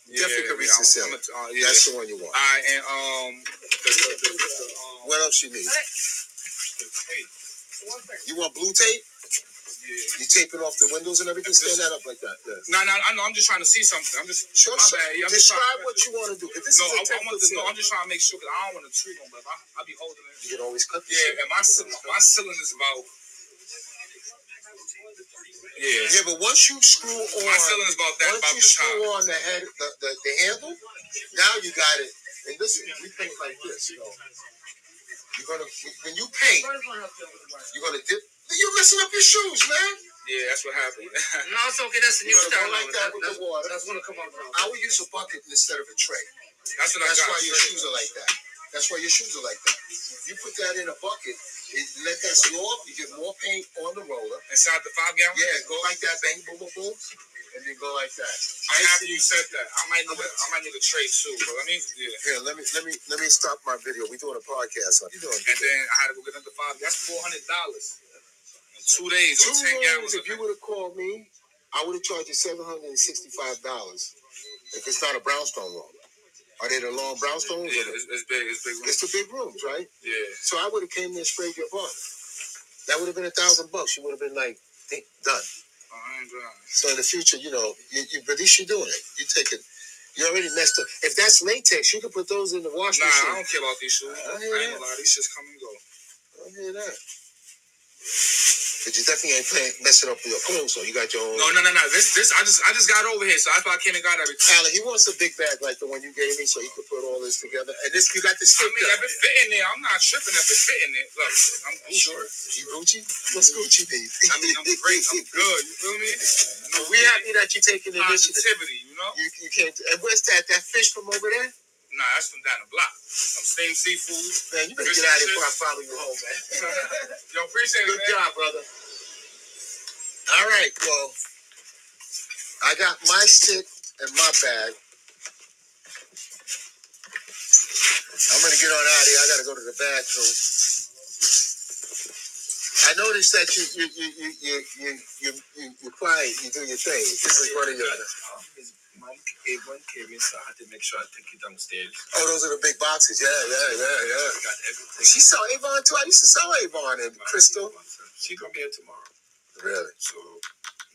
Speaker 6: Yeah,
Speaker 1: Definitely could
Speaker 6: yeah,
Speaker 1: reach the
Speaker 6: I'm-
Speaker 1: ceiling.
Speaker 6: I'm a- uh, yeah.
Speaker 1: That's the one you want.
Speaker 6: All right, and um, the, the, the, the, the, um,
Speaker 1: What else you need?
Speaker 6: the tape.
Speaker 1: You want blue tape?
Speaker 6: Yeah.
Speaker 1: You taping off the windows and everything? Stand that up like that. Yeah.
Speaker 6: No, no, I know. I'm just trying to see something. I'm just.
Speaker 1: Sure,
Speaker 6: my
Speaker 1: sure.
Speaker 6: bad, yeah, I'm just
Speaker 1: Describe
Speaker 6: trying-
Speaker 1: what you want to do. 'cause This
Speaker 6: No,
Speaker 1: is
Speaker 6: I, I
Speaker 1: a
Speaker 6: want to. No,
Speaker 1: template.
Speaker 6: I'm just trying to make sure because I don't want to treat them, but if I I be holding it.
Speaker 1: You can always cut this.
Speaker 6: Yeah, and my ceil- my ceiling is about. Yeah,
Speaker 1: Yeah, but once you screw on,
Speaker 6: my ceiling is about that
Speaker 1: once
Speaker 6: about
Speaker 1: you
Speaker 6: the
Speaker 1: screw
Speaker 6: time.
Speaker 1: on the head, the, the, the handle, now you got it. And this, we paint like this, you know. You're gonna when you paint, you're gonna dip. You're messing up your shoes, man.
Speaker 6: Yeah, that's what happened. <laughs>
Speaker 4: No, it's okay. That's the new
Speaker 1: You gotta
Speaker 4: style.
Speaker 1: go like that with the water.
Speaker 4: That's gonna come out wrong.
Speaker 1: I would use a bucket instead of a tray.
Speaker 6: that's what I
Speaker 1: That's
Speaker 6: got.
Speaker 1: why your shoes are like that. That's why your shoes are like that. You put that in a bucket, it, let that slow up. You get more paint on the roller.
Speaker 6: Inside the five gallon.
Speaker 1: Yeah, go like that, bang, boom, boom, boom, and then go like that.
Speaker 6: I'm happy you said that. I might need a, I might need a tray too, but let me. Yeah.
Speaker 1: Here, let me let me let me stop my video. We're doing a podcast. Huh? You doing?
Speaker 6: And then I had to go get another five. That's four hundred dollars. Two days
Speaker 1: Two
Speaker 6: or ten
Speaker 1: rooms.
Speaker 6: gallons.
Speaker 1: If you would have called me, I would have charged you seven hundred and sixty-five dollars. If it's not a brownstone room, are they the long brownstones?
Speaker 6: Yeah,
Speaker 1: Or
Speaker 6: it's, it's big. It's big.
Speaker 1: the, it's the big rooms, right?
Speaker 6: Yeah.
Speaker 1: So I would have came there straight your buck. That would have been a thousand bucks. You would have been like "Ding, done.
Speaker 6: Oh, I ain't blind.
Speaker 1: So in the future, you know, you, you but at least you're doing it. You take it. You already messed up. If that's latex, you can put those in the
Speaker 6: Nah,
Speaker 1: washing
Speaker 6: I
Speaker 1: machine.
Speaker 6: don't care about these shoes. I
Speaker 1: I hear
Speaker 6: ain't
Speaker 1: that.
Speaker 6: gonna lie. These shits come and go.
Speaker 1: I hear that. But you definitely ain't playing, messing up your clothes, so you got your own.
Speaker 6: No, no, no, no. This, this. I just, I just got over here, so that's why I came and got everything.
Speaker 1: Alan, he wants a big bag like the one you gave me, so he could put all this together. And this, you got the
Speaker 6: I
Speaker 1: stick.
Speaker 6: mean, if it fit in there, I'm not tripping if it fit in there. Look, I'm
Speaker 1: You
Speaker 6: sure.
Speaker 1: sure? You Gucci? What's Gucci mean?
Speaker 6: I mean, I'm great. I'm good. You feel me? No,
Speaker 1: <laughs> we happy that you're taking the initiative.
Speaker 6: positivity. You know?
Speaker 1: You, you can't. And where's that? That fish from over there?
Speaker 6: Nah, that's from down the block. Some steamed seafood.
Speaker 1: Man, you better get out of here before I follow you home,
Speaker 6: <laughs>
Speaker 1: man.
Speaker 6: Yo, appreciate it,
Speaker 1: Good
Speaker 6: man.
Speaker 1: job, brother. All right, well, I got my stick and my bag. I'm gonna get on out of here. I gotta go to the bathroom. I noticed that you you you you you you you you you're quiet. You do your thing. This is one of your.
Speaker 6: Mike, everyone came in, so I had to make sure I take you downstairs.
Speaker 1: Oh, those are the big boxes. Yeah, yeah, yeah, yeah.
Speaker 6: got everything.
Speaker 1: She saw Avon too. I used to sell Avon and Crystal.
Speaker 6: She gonna be here tomorrow,
Speaker 1: Really?
Speaker 6: so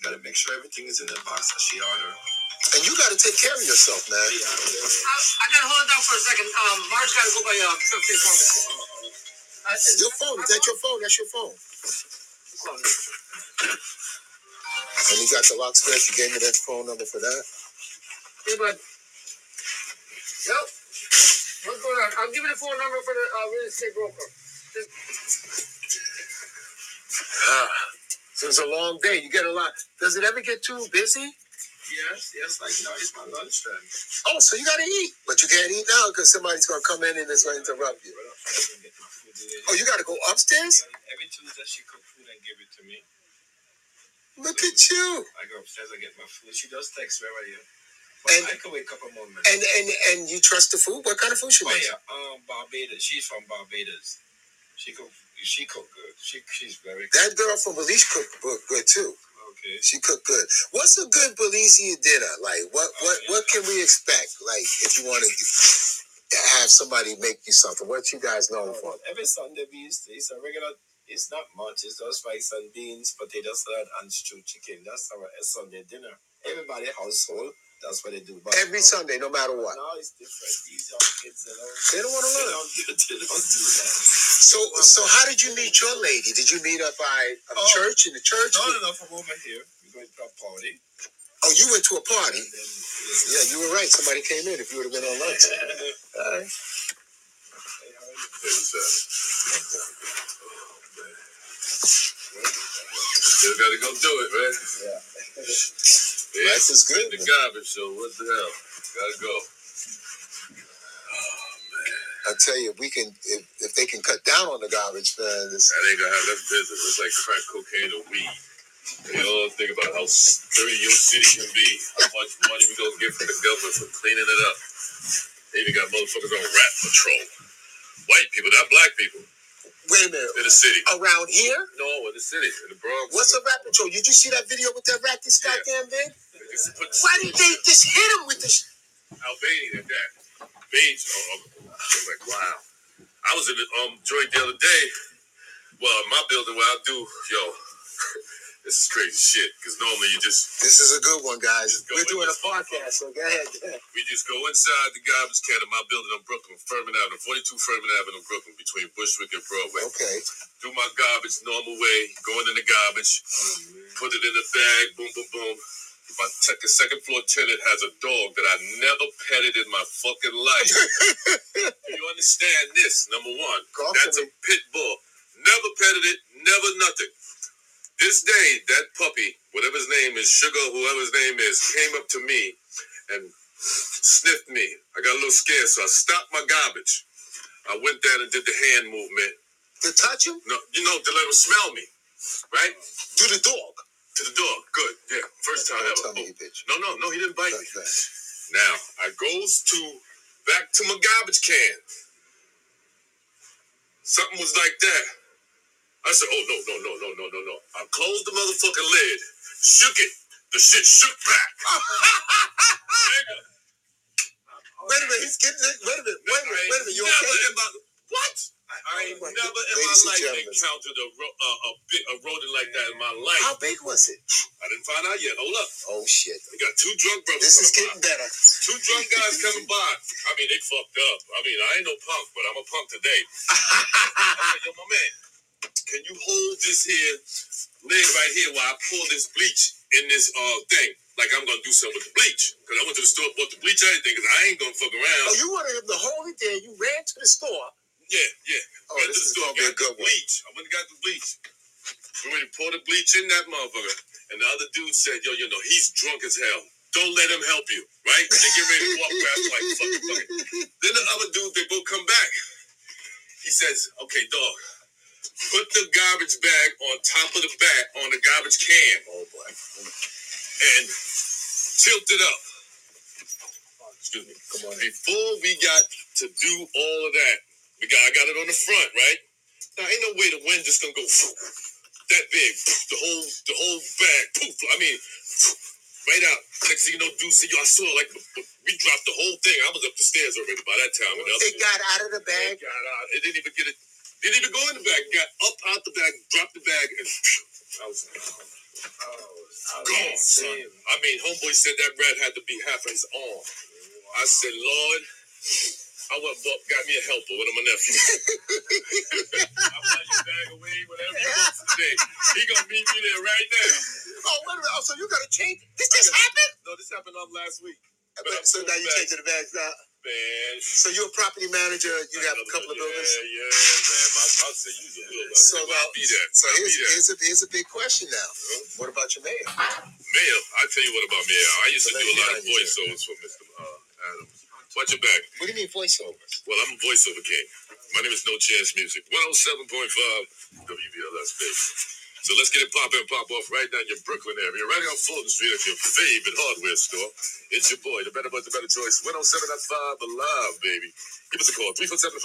Speaker 6: gotta make sure everything is in the box that she ordered.
Speaker 1: And you got to take care of yourself, man.
Speaker 4: I, I gotta hold it down for a second. Um, Marge gotta go by um fifteen pharmacy. Uh, is-
Speaker 1: Your phone. Is that your phone? That's your phone. And you got the lock scratch. You gave me that phone number for that.
Speaker 4: Hey, bud. Yo, what's going on? I'll give you the phone number for the uh, real estate
Speaker 6: <laughs>
Speaker 4: broker.
Speaker 1: Ah, so it's a long day. You get a lot. Does it ever get too busy?
Speaker 3: Yes, yes, like now it's my lunchtime.
Speaker 1: Oh, so you gotta eat, but you can't eat now because somebody's gonna come in and it's gonna interrupt you. Oh, you gotta go upstairs?
Speaker 3: Every Tuesday she cook food and give it to me.
Speaker 1: Look at you.
Speaker 3: I go upstairs and get my food. She does text, where are you?
Speaker 1: And-
Speaker 3: But I can wake up a moment.
Speaker 1: And and and you trust the food? What kind of food she
Speaker 3: Oh
Speaker 1: makes?
Speaker 3: yeah, um, Barbados. She's from Barbados. She cook. She cook good. She she's very good.
Speaker 1: That girl from Belize cooked good, good too.
Speaker 3: Okay.
Speaker 1: She cooked good. What's a good Belizean dinner? Like what
Speaker 3: Oh,
Speaker 1: what
Speaker 3: yeah.
Speaker 1: what can we expect? Like if you want to have somebody make you something, what you guys known for?
Speaker 3: Every Sunday we used to. It's a regular. It's not much. It's just rice and beans, potato salad, and stewed chicken. That's our eh, Sunday dinner. Everybody household. That's what they do. But
Speaker 1: Every Sunday, no matter what.
Speaker 3: Now it's different. These young kids, they don't.
Speaker 1: They don't want to
Speaker 3: They
Speaker 1: learn.
Speaker 3: don't, <laughs> they don't do that.
Speaker 1: So so how did you meet your lady? Did you meet her by a
Speaker 3: Oh.
Speaker 1: church in the <laughs> church?
Speaker 3: No, no, no. From over here, we going to a party.
Speaker 1: Oh, you went to a party.
Speaker 3: And then,
Speaker 1: Yeah, you were right. Somebody came in. If you would have been on
Speaker 3: <laughs>
Speaker 1: lunch. All right.
Speaker 7: Still gotta go do it, right?
Speaker 3: Yeah.
Speaker 7: Yeah.
Speaker 1: Life is good.
Speaker 7: The garbage, so what the hell? Gotta go.
Speaker 1: I tell you, if we can, if, if they can cut down on the garbage, man, it's,
Speaker 7: That ain't gonna have that business. It's like crack cocaine or weed. We all think about how dirty your city can be, how much money we gonna get from the government for cleaning it up. They even got motherfuckers on rat patrol. White people, not black people,
Speaker 1: wait a minute.
Speaker 7: in the city.
Speaker 1: Around here,
Speaker 7: No, in the city, in the Bronx.
Speaker 1: what's a rap patrol? Did you see that video with that rat this
Speaker 7: Yeah.
Speaker 1: goddamn big?
Speaker 7: They just put
Speaker 1: Why did they just hit him with this?
Speaker 7: Albanian at that. Beige. Oh, oh, I'm like, wow. I was in the um joint the other day. Well, in my building where I do, yo, <laughs> this is crazy shit. Cause normally you just
Speaker 1: This is a good one, guys.
Speaker 7: Go
Speaker 1: We're
Speaker 7: with
Speaker 1: doing
Speaker 7: this.
Speaker 1: a podcast, so go ahead.
Speaker 7: we just go inside the garbage can of my building on Brooklyn, Furman Avenue, 42 Furman Avenue, Brooklyn, between Bushwick and Broadway.
Speaker 1: Okay.
Speaker 7: Do my garbage normal way, going in the garbage, put it in the bag, boom, boom, boom. My tech, second floor tenant has a dog that I never petted in my fucking
Speaker 1: <laughs>
Speaker 7: life. Do you understand this? Number one,
Speaker 1: Go
Speaker 7: that's
Speaker 1: to
Speaker 7: a
Speaker 1: me.
Speaker 7: pit bull. Never petted it, never nothing. This day, that puppy, whatever his name is, Sugar, whoever his name is, came up to me and sniffed me. I got a little scared, so I stopped my garbage. I went down and did the hand movement.
Speaker 1: To touch him?
Speaker 7: No, you know, to let him smell me, right?
Speaker 1: Do the dog.
Speaker 7: To the dog. Good. Yeah. First time
Speaker 1: Don't
Speaker 7: ever.
Speaker 1: tell me
Speaker 7: Oh.
Speaker 1: you bitch.
Speaker 7: No, no, no, he didn't bite me.
Speaker 1: Like that.
Speaker 7: Now I goes to back to my garbage can. Something was like that. I said, "Oh no, no, no, no, no, no, no!" I closed the motherfucking lid, shook it. The shit shook back. Nigga,
Speaker 1: Mm-hmm. Wait a minute, he's getting it. Wait a minute, wait a
Speaker 7: I
Speaker 1: minute,
Speaker 7: ain't
Speaker 1: wait a minute. You
Speaker 7: never
Speaker 1: okay?
Speaker 7: in my- what? I ain't
Speaker 1: Oh my
Speaker 7: never in
Speaker 1: Ladies and
Speaker 7: my life
Speaker 1: gentlemen.
Speaker 7: encountered a ro- a, a, bit, a rodent like that in my life.
Speaker 1: How big was it?
Speaker 7: I didn't find out yet. Hold up,
Speaker 1: Oh shit.
Speaker 7: we got two drunk brothers.
Speaker 1: This is
Speaker 7: coming by.
Speaker 1: getting better.
Speaker 7: Two drunk guys coming by. I mean, they fucked up. I mean, I ain't no punk, but I'm a punk
Speaker 1: <laughs>
Speaker 7: today. I said, yo, my man, can you hold this here lid right here while I pour this bleach in this uh thing? Like I'm gonna do something with the bleach. Cause I went to the store, bought the bleach, everything, cause I ain't gonna fuck around.
Speaker 1: Oh, you wanted him to hold it there. You ran to the store.
Speaker 7: Yeah, yeah.
Speaker 1: Oh,
Speaker 7: went
Speaker 1: this
Speaker 7: to the
Speaker 1: is
Speaker 7: store,
Speaker 1: gonna be a
Speaker 7: got
Speaker 1: good
Speaker 7: the
Speaker 1: one.
Speaker 7: bleach. I went and got the bleach. We went and poured the bleach in that motherfucker. And the other dude said, yo, you know, he's drunk as hell. Don't let him help you, right? And they get ready to walk past like fucking fucking. Then the other dude, they both come back. He says, okay, dog, put the garbage bag on top of the bag, on the garbage can. Oh, boy. And tilt it up. Excuse me.
Speaker 1: Come on.
Speaker 7: Before we got to do all of that, we got I got it on the front, right? Now ain't no way the wind just gonna go that big. The whole the whole bag, poof. I mean, right out. Next thing you know, dude, see, I saw like we dropped the whole thing. I was up the stairs already by that time. And the other
Speaker 1: It got out of the
Speaker 7: bag
Speaker 1: bag.
Speaker 7: got out. It didn't even get it. Didn't even go in the bag. It got up out the bag, dropped the bag, and I was
Speaker 3: Oh,
Speaker 7: gone, son. I mean, homeboy said that rat had to be half his arm. I said, Lord, I went and bought, got me a helper, one of my <laughs> nephews. I'll buy your bag away, whatever you want today. He gonna meet me there right now.
Speaker 1: Oh, wait a minute. Oh, so you got to change. This just
Speaker 7: Okay.
Speaker 1: happened?
Speaker 7: No, this happened um, last week. But I'm
Speaker 1: so now
Speaker 7: going
Speaker 1: you
Speaker 7: back.
Speaker 1: came to the back now.
Speaker 7: man.
Speaker 1: So you're a property manager. You have a couple of
Speaker 7: yeah,
Speaker 1: buildings.
Speaker 7: Yeah, man. My I said you was a
Speaker 1: So
Speaker 7: builder. I said, well,
Speaker 1: now,
Speaker 7: I'll be there.
Speaker 1: so
Speaker 7: I'll
Speaker 1: here's,
Speaker 7: be there.
Speaker 1: here's, a, here's a big question now. What about your mayor?
Speaker 7: Mayor, I tell you what about Mayor. I used to
Speaker 1: So
Speaker 7: do a
Speaker 1: let's get
Speaker 7: lot of
Speaker 1: on you, sir.
Speaker 7: voiceovers for Mr. Uh, Adams. Watch your back.
Speaker 1: What do you mean voiceovers?
Speaker 7: Well, I'm a voiceover king. My name is No Chance Music, 107.5 WBLS, baby. So let's get it poppin' and pop off right down your Brooklyn area, right on Fulton Street at your favorite hardware store. It's your boy, the better but the better choice, 107.5 Alive, baby. Give us a call, 347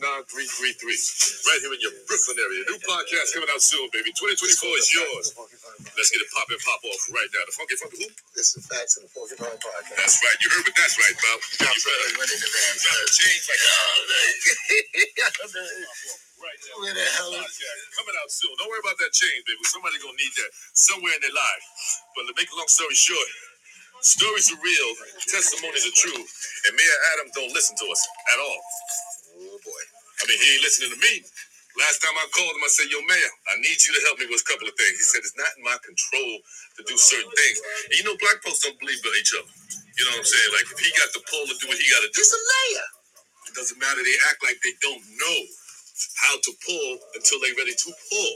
Speaker 7: 929 right here in your Brooklyn area. New podcast coming out soon, baby. 2024 is yours. Let's get it poppin' and pop off right now. The Funky Funky Who?
Speaker 1: This is Facts of the Porcupine Podcast.
Speaker 7: That's right. You heard what that's right about. You better,
Speaker 1: Where the
Speaker 7: you better change like Right now.
Speaker 1: hell is
Speaker 7: Podcast coming out soon. Don't worry about that change, baby. Somebody gonna need that somewhere in their life. But to make a long story short, stories are real, testimonies are true, and Mayor Adams don't listen to us at all.
Speaker 1: Oh boy.
Speaker 7: I mean, he ain't listening to me. Last time I called him, I said, Yo, Mayor, I need you to help me with a couple of things. He said, It's not in my control to do certain things. And you know, black folks don't believe in each other. You know what I'm saying? Like, if he got the pull to do what he got to do,
Speaker 1: It's a mayor.
Speaker 7: it doesn't matter. They act like they don't know how to pull until they're ready to pull.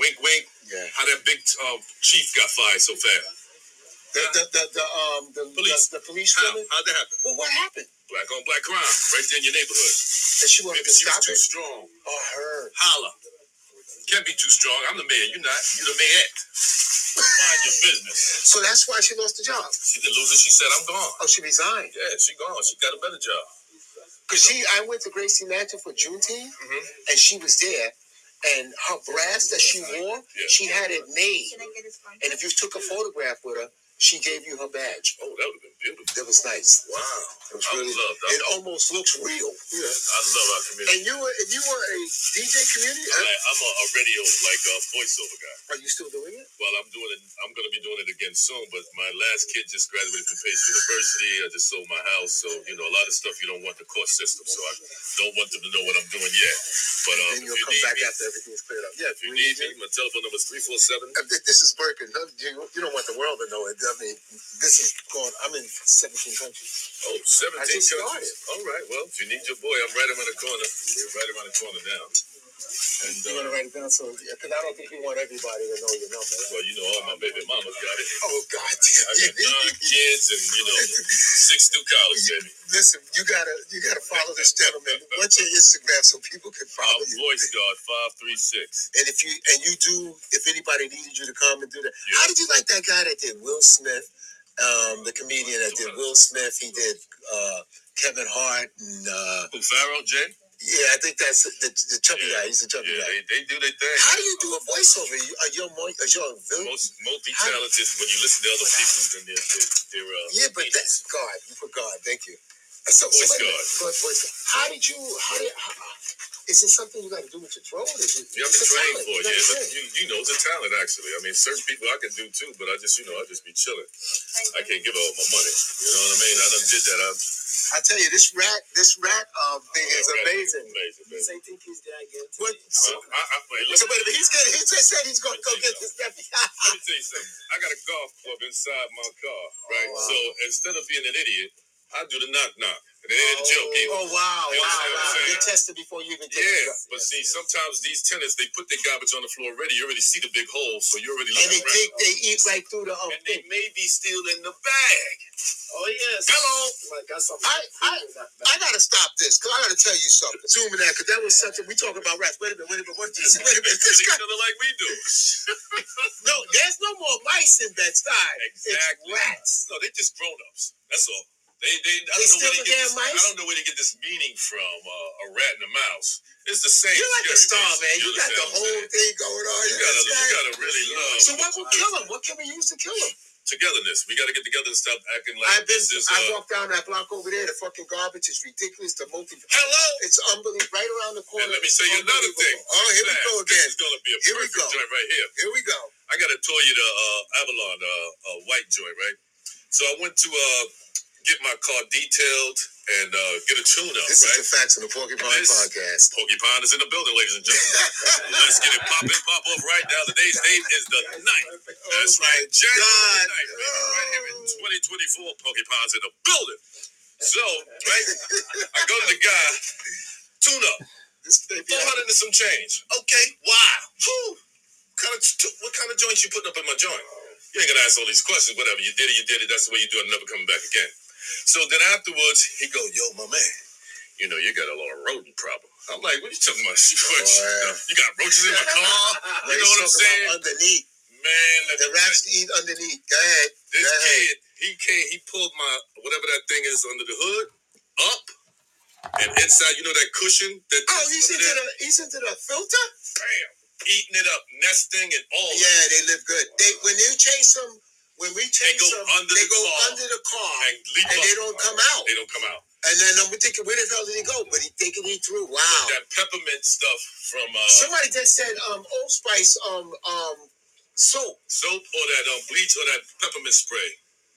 Speaker 7: Wink, wink.
Speaker 1: Yeah.
Speaker 7: How that big uh, chief got fired so fast?
Speaker 1: The the the, the um the
Speaker 7: Police.
Speaker 1: The, the police
Speaker 7: How?
Speaker 1: woman.
Speaker 7: How'd that happen?
Speaker 1: Well, what happened?
Speaker 7: Black on black crime, right there in your neighborhood.
Speaker 1: And she wanted
Speaker 7: Maybe
Speaker 1: to
Speaker 7: she was
Speaker 1: stop
Speaker 7: too
Speaker 1: it.
Speaker 7: strong.
Speaker 1: Oh, her.
Speaker 7: Holla. Can't be too strong. I'm the mayor. You're not. You're the mayette. Mind your business.
Speaker 1: <laughs> So that's why she lost the job.
Speaker 7: She didn't lose it. She said, I'm gone.
Speaker 1: Oh, she resigned.
Speaker 7: Yeah, she gone. She got a better job.
Speaker 1: Cause she, I went to Gracie Mansion for Juneteenth, and she was there, and her brass that she wore,
Speaker 7: Yeah.
Speaker 1: she had it made. And if you took a photograph with her, she gave you her badge.
Speaker 7: Oh, that would have been beautiful.
Speaker 1: That was nice.
Speaker 7: Wow.
Speaker 1: It was
Speaker 7: I
Speaker 1: really.
Speaker 7: love that.
Speaker 1: It almost looks real. Yeah.
Speaker 7: I love our community.
Speaker 1: And you were, and you were a DJ community.
Speaker 7: I, I'm a, a radio, like, uh, voiceover guy.
Speaker 1: Are you still doing it?
Speaker 7: Well, I'm doing it. I'm gonna be doing it again soon. But my last kid just graduated from Pace University. I just sold my house, so you know a lot of stuff you don't want the court system. So I don't want them to know what I'm doing yet. But um,
Speaker 1: And
Speaker 7: if
Speaker 1: you'll
Speaker 7: you
Speaker 1: come
Speaker 7: need
Speaker 1: back
Speaker 7: me,
Speaker 1: after everything's cleared up.
Speaker 7: yeah, if you need me, my telephone number is three four seven.
Speaker 1: Uh, th- This is Birkin. No, You you don't want the world to know it. I mean, this is going. I'm in 17 countries.
Speaker 7: Oh, 17
Speaker 1: I just
Speaker 7: countries. All right. Well, if you need your boy, I'm right around the corner. We're right around the corner now. And
Speaker 1: You want
Speaker 7: uh,
Speaker 1: to write it down? So, because I don't think we want everybody to know your number. right?
Speaker 7: well, you know, all my baby mamas got it.
Speaker 1: <laughs> Oh God!
Speaker 7: I got nine kids, and you know, six through college, baby.
Speaker 1: Listen, you gotta you gotta follow this gentleman. What's your Instagram so people can
Speaker 7: I'm
Speaker 1: follow you?
Speaker 7: voice guard five three six.
Speaker 1: And if you and you do, if anybody needed you to come and do that, how did you like that guy that did Will Smith, um, the comedian that did Will Smith? He did uh, Kevin Hart and uh,
Speaker 7: Who Pharaoh Jay?
Speaker 1: yeah, I think that's the, the chubby guy. He's a chubby guy.
Speaker 7: Yeah, they, they do their thing.
Speaker 1: How do you do a voiceover? You, are you a mo- are you a villain?
Speaker 7: Most multi-talented. When you listen to other people, then they're they're, they're uh,
Speaker 1: Yeah, but that's God. You put God. Thank you. Uh, So, so
Speaker 7: Voice
Speaker 1: wait a minute.
Speaker 7: God.
Speaker 1: But- but How did you? How did? How, is it something you got to do with your throat? Is it,
Speaker 7: Yeah, I've
Speaker 1: it's a
Speaker 7: been trained
Speaker 1: talent.
Speaker 7: for it.
Speaker 1: You
Speaker 7: Yeah,
Speaker 1: gotta
Speaker 7: it's a,
Speaker 1: train.
Speaker 7: you, you know, it's a talent actually. I mean, certain people I can do too, but I just, you know, I just be chilling. I can't give all my money. You know what I mean? I done did that. I'm
Speaker 1: I tell you, this rat, this rat um, thing is amazing.
Speaker 7: Amazing,
Speaker 3: He's, I
Speaker 7: amazing.
Speaker 3: think he's that good.
Speaker 1: What?
Speaker 7: I,
Speaker 1: So,
Speaker 7: I, I, wait,
Speaker 1: so
Speaker 7: listen,
Speaker 1: wait a minute. He's gonna. He just said he's gonna go get this <laughs>
Speaker 7: let me tell you something. I got a golf club inside my car, right?
Speaker 1: Oh, wow.
Speaker 7: So instead of being an idiot, I do the knock knock. And it ain't a joke either.
Speaker 1: Oh wow! Wow!
Speaker 7: You understand what I'm
Speaker 1: Wow!
Speaker 7: saying?
Speaker 1: You're tested before you even take
Speaker 7: Yeah,
Speaker 1: it.
Speaker 7: but see, sometimes these tenants they put their garbage on the floor already. You already see the big hole, so you already
Speaker 1: And they
Speaker 7: looking
Speaker 1: take,
Speaker 7: around.
Speaker 1: they eat right through the. Um,
Speaker 7: And
Speaker 1: thing.
Speaker 7: they may be still in the bag.
Speaker 3: Oh yes.
Speaker 7: Hello.
Speaker 3: Like that's something.
Speaker 1: I- I- I gotta stop this because I gotta tell you something. Zooming out because that was something we talking about rats. Wait a minute. Wait a minute. What, <laughs> <laughs> wait
Speaker 7: <laughs>
Speaker 1: a minute. This
Speaker 7: each
Speaker 1: guy.
Speaker 7: other like we do.
Speaker 1: No, there's no more mice in that side.
Speaker 7: Exactly.
Speaker 1: It's rats.
Speaker 7: No, they just grown ups. That's all. They, they, I,
Speaker 1: They
Speaker 7: don't know
Speaker 1: still
Speaker 7: where
Speaker 1: the
Speaker 7: they get
Speaker 1: damn
Speaker 7: this, I
Speaker 1: mice?
Speaker 7: don't know where they get this meaning from uh, a rat and a mouse. It's the same.
Speaker 1: You're like a
Speaker 7: scary
Speaker 1: star,
Speaker 7: beast.
Speaker 1: man. You got
Speaker 7: understand
Speaker 1: the
Speaker 7: what I'm
Speaker 1: whole
Speaker 7: saying?
Speaker 1: thing going on.
Speaker 7: You
Speaker 1: You
Speaker 7: gotta, you
Speaker 1: understand?
Speaker 7: gotta really love
Speaker 1: So what will kill him? What can we use to kill him?
Speaker 7: togetherness. We gotta get together and stop acting like
Speaker 1: I've been.
Speaker 7: this is.
Speaker 1: I
Speaker 7: Uh,
Speaker 1: walked down that block over there. The fucking garbage is ridiculous. The multi.
Speaker 7: Hello.
Speaker 1: It's unbelievable. Right around the corner.
Speaker 7: And let me say you another
Speaker 1: Unbelievable.
Speaker 7: thing.
Speaker 1: Oh, here we go again.
Speaker 7: This is gonna be a
Speaker 1: Here we go.
Speaker 7: perfect joint right here.
Speaker 1: Here we go.
Speaker 7: I got to tour you to uh, Avalon, uh, uh, white joint, right? So I went to uh, get my car detailed and uh, get a tune up,
Speaker 1: This is the
Speaker 7: right?
Speaker 1: facts of the Porcupine
Speaker 7: This-
Speaker 1: Podcast.
Speaker 7: Porcupine is in the building, ladies and gentlemen.
Speaker 1: <laughs>
Speaker 7: Let's get it poppin', pop off right now. Today's date is the night. That's right, January
Speaker 1: Oh God.
Speaker 7: night, baby. Right here in 2024 PokePods in the building. So, right, I go to the guy, tune up,
Speaker 1: This could be
Speaker 7: 400 and some change. Okay, why? Whew. Kind of, what kind of joints you putting up in my joint? You ain't gonna ask all these questions, whatever. You did it, you did it, that's the way you do it, never coming back again. So then afterwards, he go, yo, my man, you know, you got a lot of rodent problem. I'm like, what you talking about? <laughs>
Speaker 1: Boy.
Speaker 7: You got roaches in my
Speaker 1: <laughs>
Speaker 7: car?
Speaker 1: They
Speaker 7: You know what I'm
Speaker 1: talk
Speaker 7: saying?
Speaker 1: about underneath.
Speaker 7: Man, let
Speaker 1: The
Speaker 7: me tell you.
Speaker 1: rats eat underneath. Go ahead.
Speaker 7: This
Speaker 1: Go ahead.
Speaker 7: kid, he came, he pulled my whatever that thing is under the hood up, and inside, you know that cushion that
Speaker 1: Oh, he's into
Speaker 7: that,
Speaker 1: the he's into the uh, filter.
Speaker 7: bam, eating it up, nesting and all.
Speaker 1: Yeah, they live good. They when you chase them, when we chase
Speaker 7: go
Speaker 1: them,
Speaker 7: under
Speaker 1: they
Speaker 7: the
Speaker 1: go
Speaker 7: car.
Speaker 1: under the car,
Speaker 7: and leap
Speaker 1: and
Speaker 7: up.
Speaker 1: they don't come out.
Speaker 7: They don't come out.
Speaker 1: And then I'm thinking, where the hell did he go? But he thinking he threw. Wow.
Speaker 7: That peppermint stuff from uh,
Speaker 1: Somebody just said um Old Spice um um soap.
Speaker 7: soap or that um, bleach or that peppermint spray.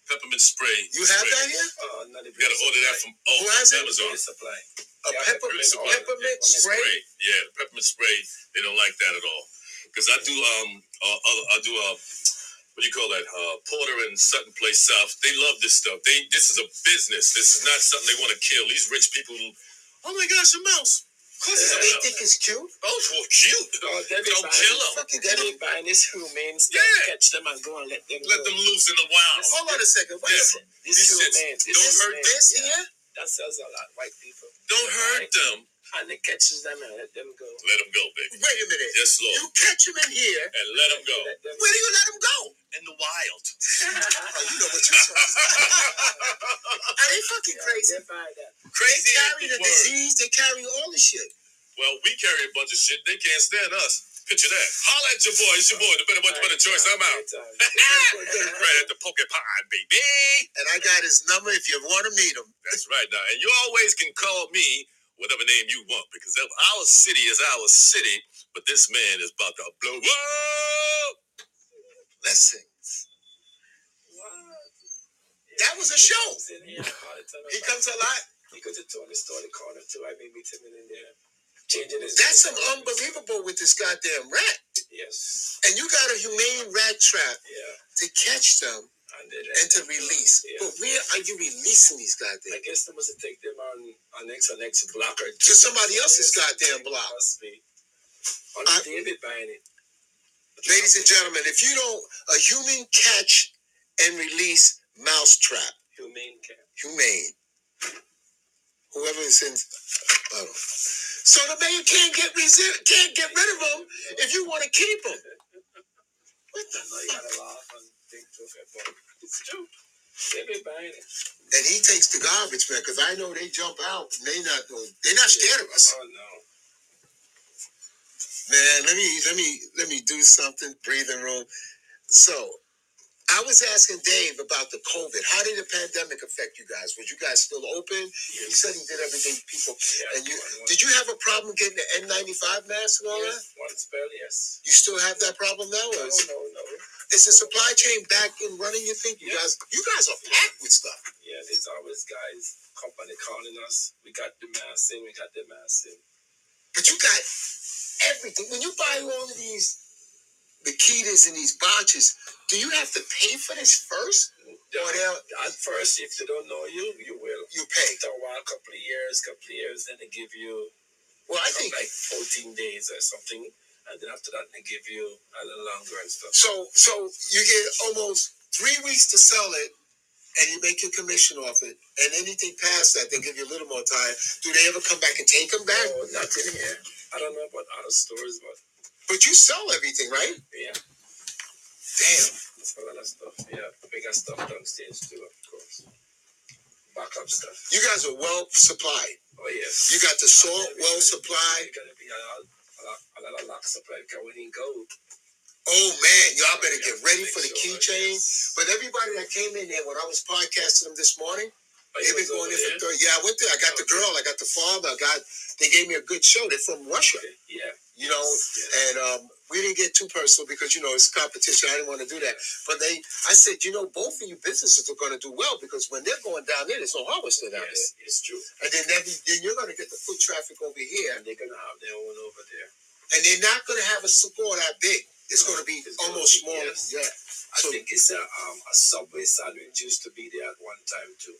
Speaker 7: Peppermint spray.
Speaker 1: You have
Speaker 7: spray.
Speaker 1: that here?
Speaker 3: Uh, not the
Speaker 7: You gotta order that from oh,
Speaker 1: Who has it?
Speaker 7: Amazon.
Speaker 3: Beauty supply.
Speaker 1: A
Speaker 3: Yeah,
Speaker 1: peppermint
Speaker 7: it's about-
Speaker 1: peppermint spray.
Speaker 7: Yeah, the peppermint spray. They don't like that at all. Because I do um uh, other- I do uh what do you call that uh Porter and Sutton Place South. They love this stuff. They this is a business. This is not something they want to kill. These rich people. Oh my gosh, a mouse. Of course it's a
Speaker 1: They
Speaker 7: mouse.
Speaker 1: think it's cute.
Speaker 7: oh, well, cute.
Speaker 3: Oh, they be
Speaker 7: don't
Speaker 3: buying-
Speaker 7: kill them.
Speaker 1: Fucking
Speaker 3: They
Speaker 1: that.
Speaker 3: be buying this humane stuff.
Speaker 7: Yeah.
Speaker 3: Catch them and go and let them
Speaker 7: Let
Speaker 3: go.
Speaker 7: them loose in the wild.
Speaker 1: Hold on a second. Wait a
Speaker 7: Yes.
Speaker 1: minute.
Speaker 3: This
Speaker 7: These shits
Speaker 3: humane. This
Speaker 7: don't
Speaker 3: is
Speaker 7: hurt
Speaker 3: humane.
Speaker 1: This
Speaker 3: Yeah.
Speaker 1: here?
Speaker 3: That sells a lot. White people.
Speaker 7: Don't hurt them.
Speaker 3: And it catches them and let them go.
Speaker 7: Let them go,
Speaker 1: Wait
Speaker 7: baby.
Speaker 1: a minute.
Speaker 7: Yes,
Speaker 1: You
Speaker 7: Lord.
Speaker 1: catch him in here.
Speaker 7: And let them go.
Speaker 3: Let them
Speaker 1: Where do you let him go?
Speaker 7: In the wild.
Speaker 1: <laughs> Oh, you know what you're talking about. Are they fucking crazy?
Speaker 3: They buy that.
Speaker 1: They
Speaker 7: Crazy
Speaker 1: carry the
Speaker 7: is the word.
Speaker 1: disease. They carry all the shit.
Speaker 7: Well, we carry a bunch of shit. They can't stand us. Picture that. Holla at your boy. It's your boy. The better, the better choice. I'm out. <laughs> right at the Pokepond, baby.
Speaker 1: And I got his number if you want to meet him.
Speaker 7: That's right now. And you always can call me whatever name you want because that- our city is our city. But this man is about to blow up.
Speaker 1: Blessings. That was a show. He comes a lot.
Speaker 3: He goes to Tony Store, the corner too. I may meet him in there. Changing his.
Speaker 1: That's some unbelievable with this goddamn rat.
Speaker 3: Yes.
Speaker 1: And you got a humane rat trap
Speaker 3: Yeah.
Speaker 1: to catch them
Speaker 3: And then.
Speaker 1: and to release.
Speaker 3: Yeah.
Speaker 1: But where are you releasing these
Speaker 3: I
Speaker 1: goddamn?
Speaker 3: guess they must take them on an next an next block or
Speaker 1: To somebody else's
Speaker 3: Yes,
Speaker 1: goddamn block.
Speaker 3: Must be. On
Speaker 1: I-
Speaker 3: David buying it.
Speaker 1: Ladies and gentlemen, if you don't a human catch and release mouse trap,
Speaker 3: Humane care.
Speaker 1: humane. Whoever is in, I don't. So the mayor can't get resi- can't get rid of him if you want to keep him. What the?
Speaker 3: I know you gotta laugh and think of it, but it's true. They be buying it.
Speaker 1: And he takes the garbage man because I know they jump out. and They not know. They not scared of us.
Speaker 3: Oh no.
Speaker 1: Man, let me let me let me do something. Breathing room. So. I was asking Dave about the COVID. How did the pandemic affect you guys? Was you guys still open? He said he did everything. People,
Speaker 3: Yeah,
Speaker 1: and you
Speaker 3: one, one,
Speaker 1: did you have a problem getting the N95 mask and all that?
Speaker 3: yes, one spell, yes.
Speaker 1: You still have that problem now?
Speaker 3: No,
Speaker 1: Or is,
Speaker 3: no, no.
Speaker 1: is the supply chain back in running? You think you guys, you guys are packed with stuff.
Speaker 3: Yeah, there's always guys company calling us. We got the mass in, we got the mass in.
Speaker 1: But you got everything. When you buy all of these bikinis and these botches, do you have to pay for this first, or
Speaker 3: Yeah,
Speaker 1: they'll,
Speaker 3: At first, if they don't know you, you will.
Speaker 1: you pay?
Speaker 3: After a while, couple of years, couple of years, then they give you
Speaker 1: Well, I think
Speaker 3: like 14 days or something. And then after that, they give you a little longer and stuff.
Speaker 1: so. So you get almost three weeks to sell it. And you make your commission off it, and anything past that, they'll give you a little more time. Do they ever come back and take them back?
Speaker 3: Oh, not in here. I don't know about other stores, but
Speaker 1: But you sell everything, right?
Speaker 3: yeah,
Speaker 1: Damn.
Speaker 3: it's a lot of stuff. Yeah, bigger stuff downstairs too, of course. Backup stuff.
Speaker 1: You guys are well supplied.
Speaker 3: Oh, yes.
Speaker 1: You got the salt well supplied.
Speaker 3: It's gonna be a lot, a lot, a lot of luck supply because we didn't go.
Speaker 1: Oh man, y'all better get ready
Speaker 3: Make
Speaker 1: for the
Speaker 3: sure,
Speaker 1: keychain.
Speaker 3: yes.
Speaker 1: But everybody that came in there when I was podcasting them this morning,
Speaker 3: Oh,
Speaker 1: they've
Speaker 3: you was
Speaker 1: been
Speaker 3: over
Speaker 1: going there for thirty. Yeah, I went there. I got the girl. I got the father. I got. They gave me a good show. They're from Russia,
Speaker 3: Okay, Yeah.
Speaker 1: you know.
Speaker 3: Yeah.
Speaker 1: And um, we didn't get too personal because you know it's competition. I didn't want to do that. But they, I said, you know, both of you businesses are going to do well because when they're going down there, there's no harvester down
Speaker 3: Yes, it's true.
Speaker 1: there, and then that, then you're going to get the foot traffic over here,
Speaker 3: And they're gonna have their own over there.
Speaker 1: and they're not going to have a support that big. It's going to be
Speaker 3: It's gonna
Speaker 1: almost
Speaker 3: be-
Speaker 1: smaller.
Speaker 3: yes.
Speaker 1: Yeah.
Speaker 3: I
Speaker 1: So-
Speaker 3: think it's a, um, a subway sandwich used to be there at one time too.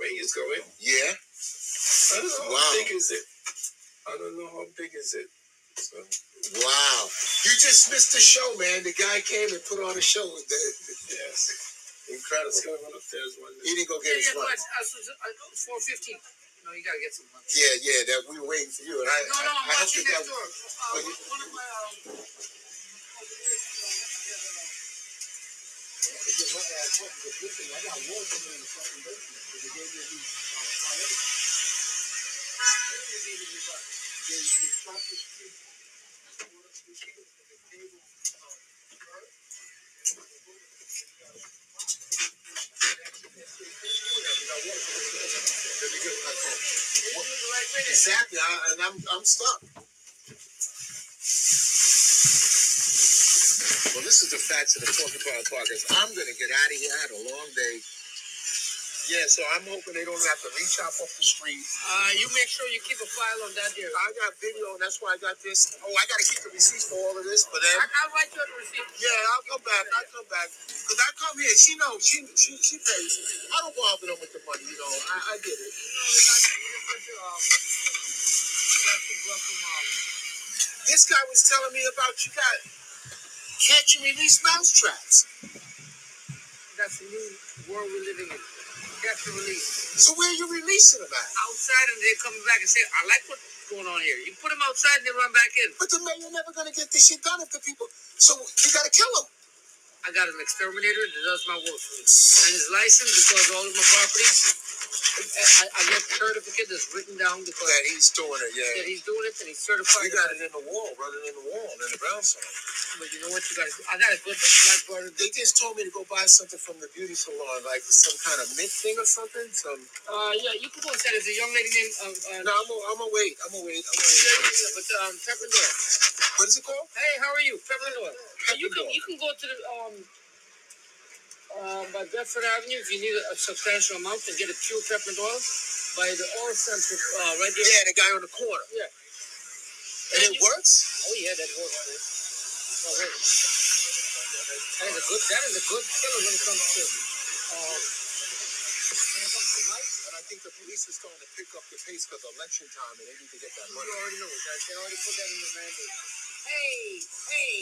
Speaker 3: Where he's going?
Speaker 1: Yeah.
Speaker 3: I don't know
Speaker 1: Wow.
Speaker 3: how big is it. I don't know how big is it. So,
Speaker 1: Wow. You just missed the show, man. The guy came and put on a show. The-
Speaker 3: yes, incredible. Let's go upstairs one
Speaker 1: He
Speaker 3: minute.
Speaker 1: didn't go
Speaker 4: Yeah,
Speaker 1: get his
Speaker 4: yeah,
Speaker 1: lunch.
Speaker 4: lunch. Uh, so, uh, four fifteen. No, you gotta get some lunch.
Speaker 1: Yeah, yeah. That we were waiting for you, and I.
Speaker 4: No, no, I'm
Speaker 1: I, I hope
Speaker 4: watching
Speaker 1: that
Speaker 4: next
Speaker 1: that-
Speaker 4: door. Uh, one of my. Um, <laughs>
Speaker 6: Um,
Speaker 1: Exactly, I, and I'm I'm stuck. Well, this is the facts of the Porcupine Podcast. I'm gonna get out of here. I had a long day. Yeah, so I'm hoping they don't have to reach up off the street.
Speaker 4: uh, you make sure you keep a file on that there.
Speaker 1: I got video, and that's why I got this. Oh, I gotta keep the receipts for all of this, but then.
Speaker 4: I, I'll write you the receipt.
Speaker 1: Yeah, I'll come back. I'll come back. Cause I come here, she knows. She she she pays. I don't bother them with the money, you know. I, I get it.
Speaker 4: um,
Speaker 1: This guy was telling me about you got catch and release mousetraps.
Speaker 4: That's the new world we're living in. Catch and release.
Speaker 1: So where are you releasing them at?
Speaker 4: Outside and they come back and say, I like what's going on here. You put them outside and they run back in.
Speaker 1: But the mayor never gonna get this shit done if the people. So you gotta kill them.
Speaker 4: I got an exterminator that does my work for me. And it's licensed because all of my properties, I, I get a certificate that's written down because
Speaker 1: That he's doing it.
Speaker 4: that
Speaker 1: Yeah.
Speaker 4: he's doing it and he's
Speaker 1: We
Speaker 4: certified.
Speaker 1: got it in the wall, running in the wall, in the brownstone.
Speaker 4: But you know what you guys, I got a good black bar.
Speaker 1: They just told me to go buy something from the beauty salon, like some kind of mint thing or something. Some.
Speaker 4: Uh, yeah, you can go inside. There's a young lady named, um, uh,
Speaker 1: No, I'm gonna I'm gonna wait. I'm gonna wait. I'm gonna wait.
Speaker 4: but, um, Peppermint.
Speaker 1: What is it called?
Speaker 4: Hey, how are you? Peppermint. You can,
Speaker 1: Peppermint.
Speaker 4: you can go to the, um, uh, by Bedford Avenue, if you need a substantial amount, and get a pure peppermint oil by the oil center, uh, right there.
Speaker 1: Yeah, the guy on the corner.
Speaker 4: Yeah.
Speaker 1: And it works?
Speaker 4: Oh yeah, that horse. man. Oh, wait. That is a good. That is a good killer when it comes to. Uh,
Speaker 1: And it comes to light, and I think the police is starting to pick up the pace because election time and they need to get that
Speaker 4: you
Speaker 1: money.
Speaker 4: already know that. They already put that in the mandate. Hey, hey,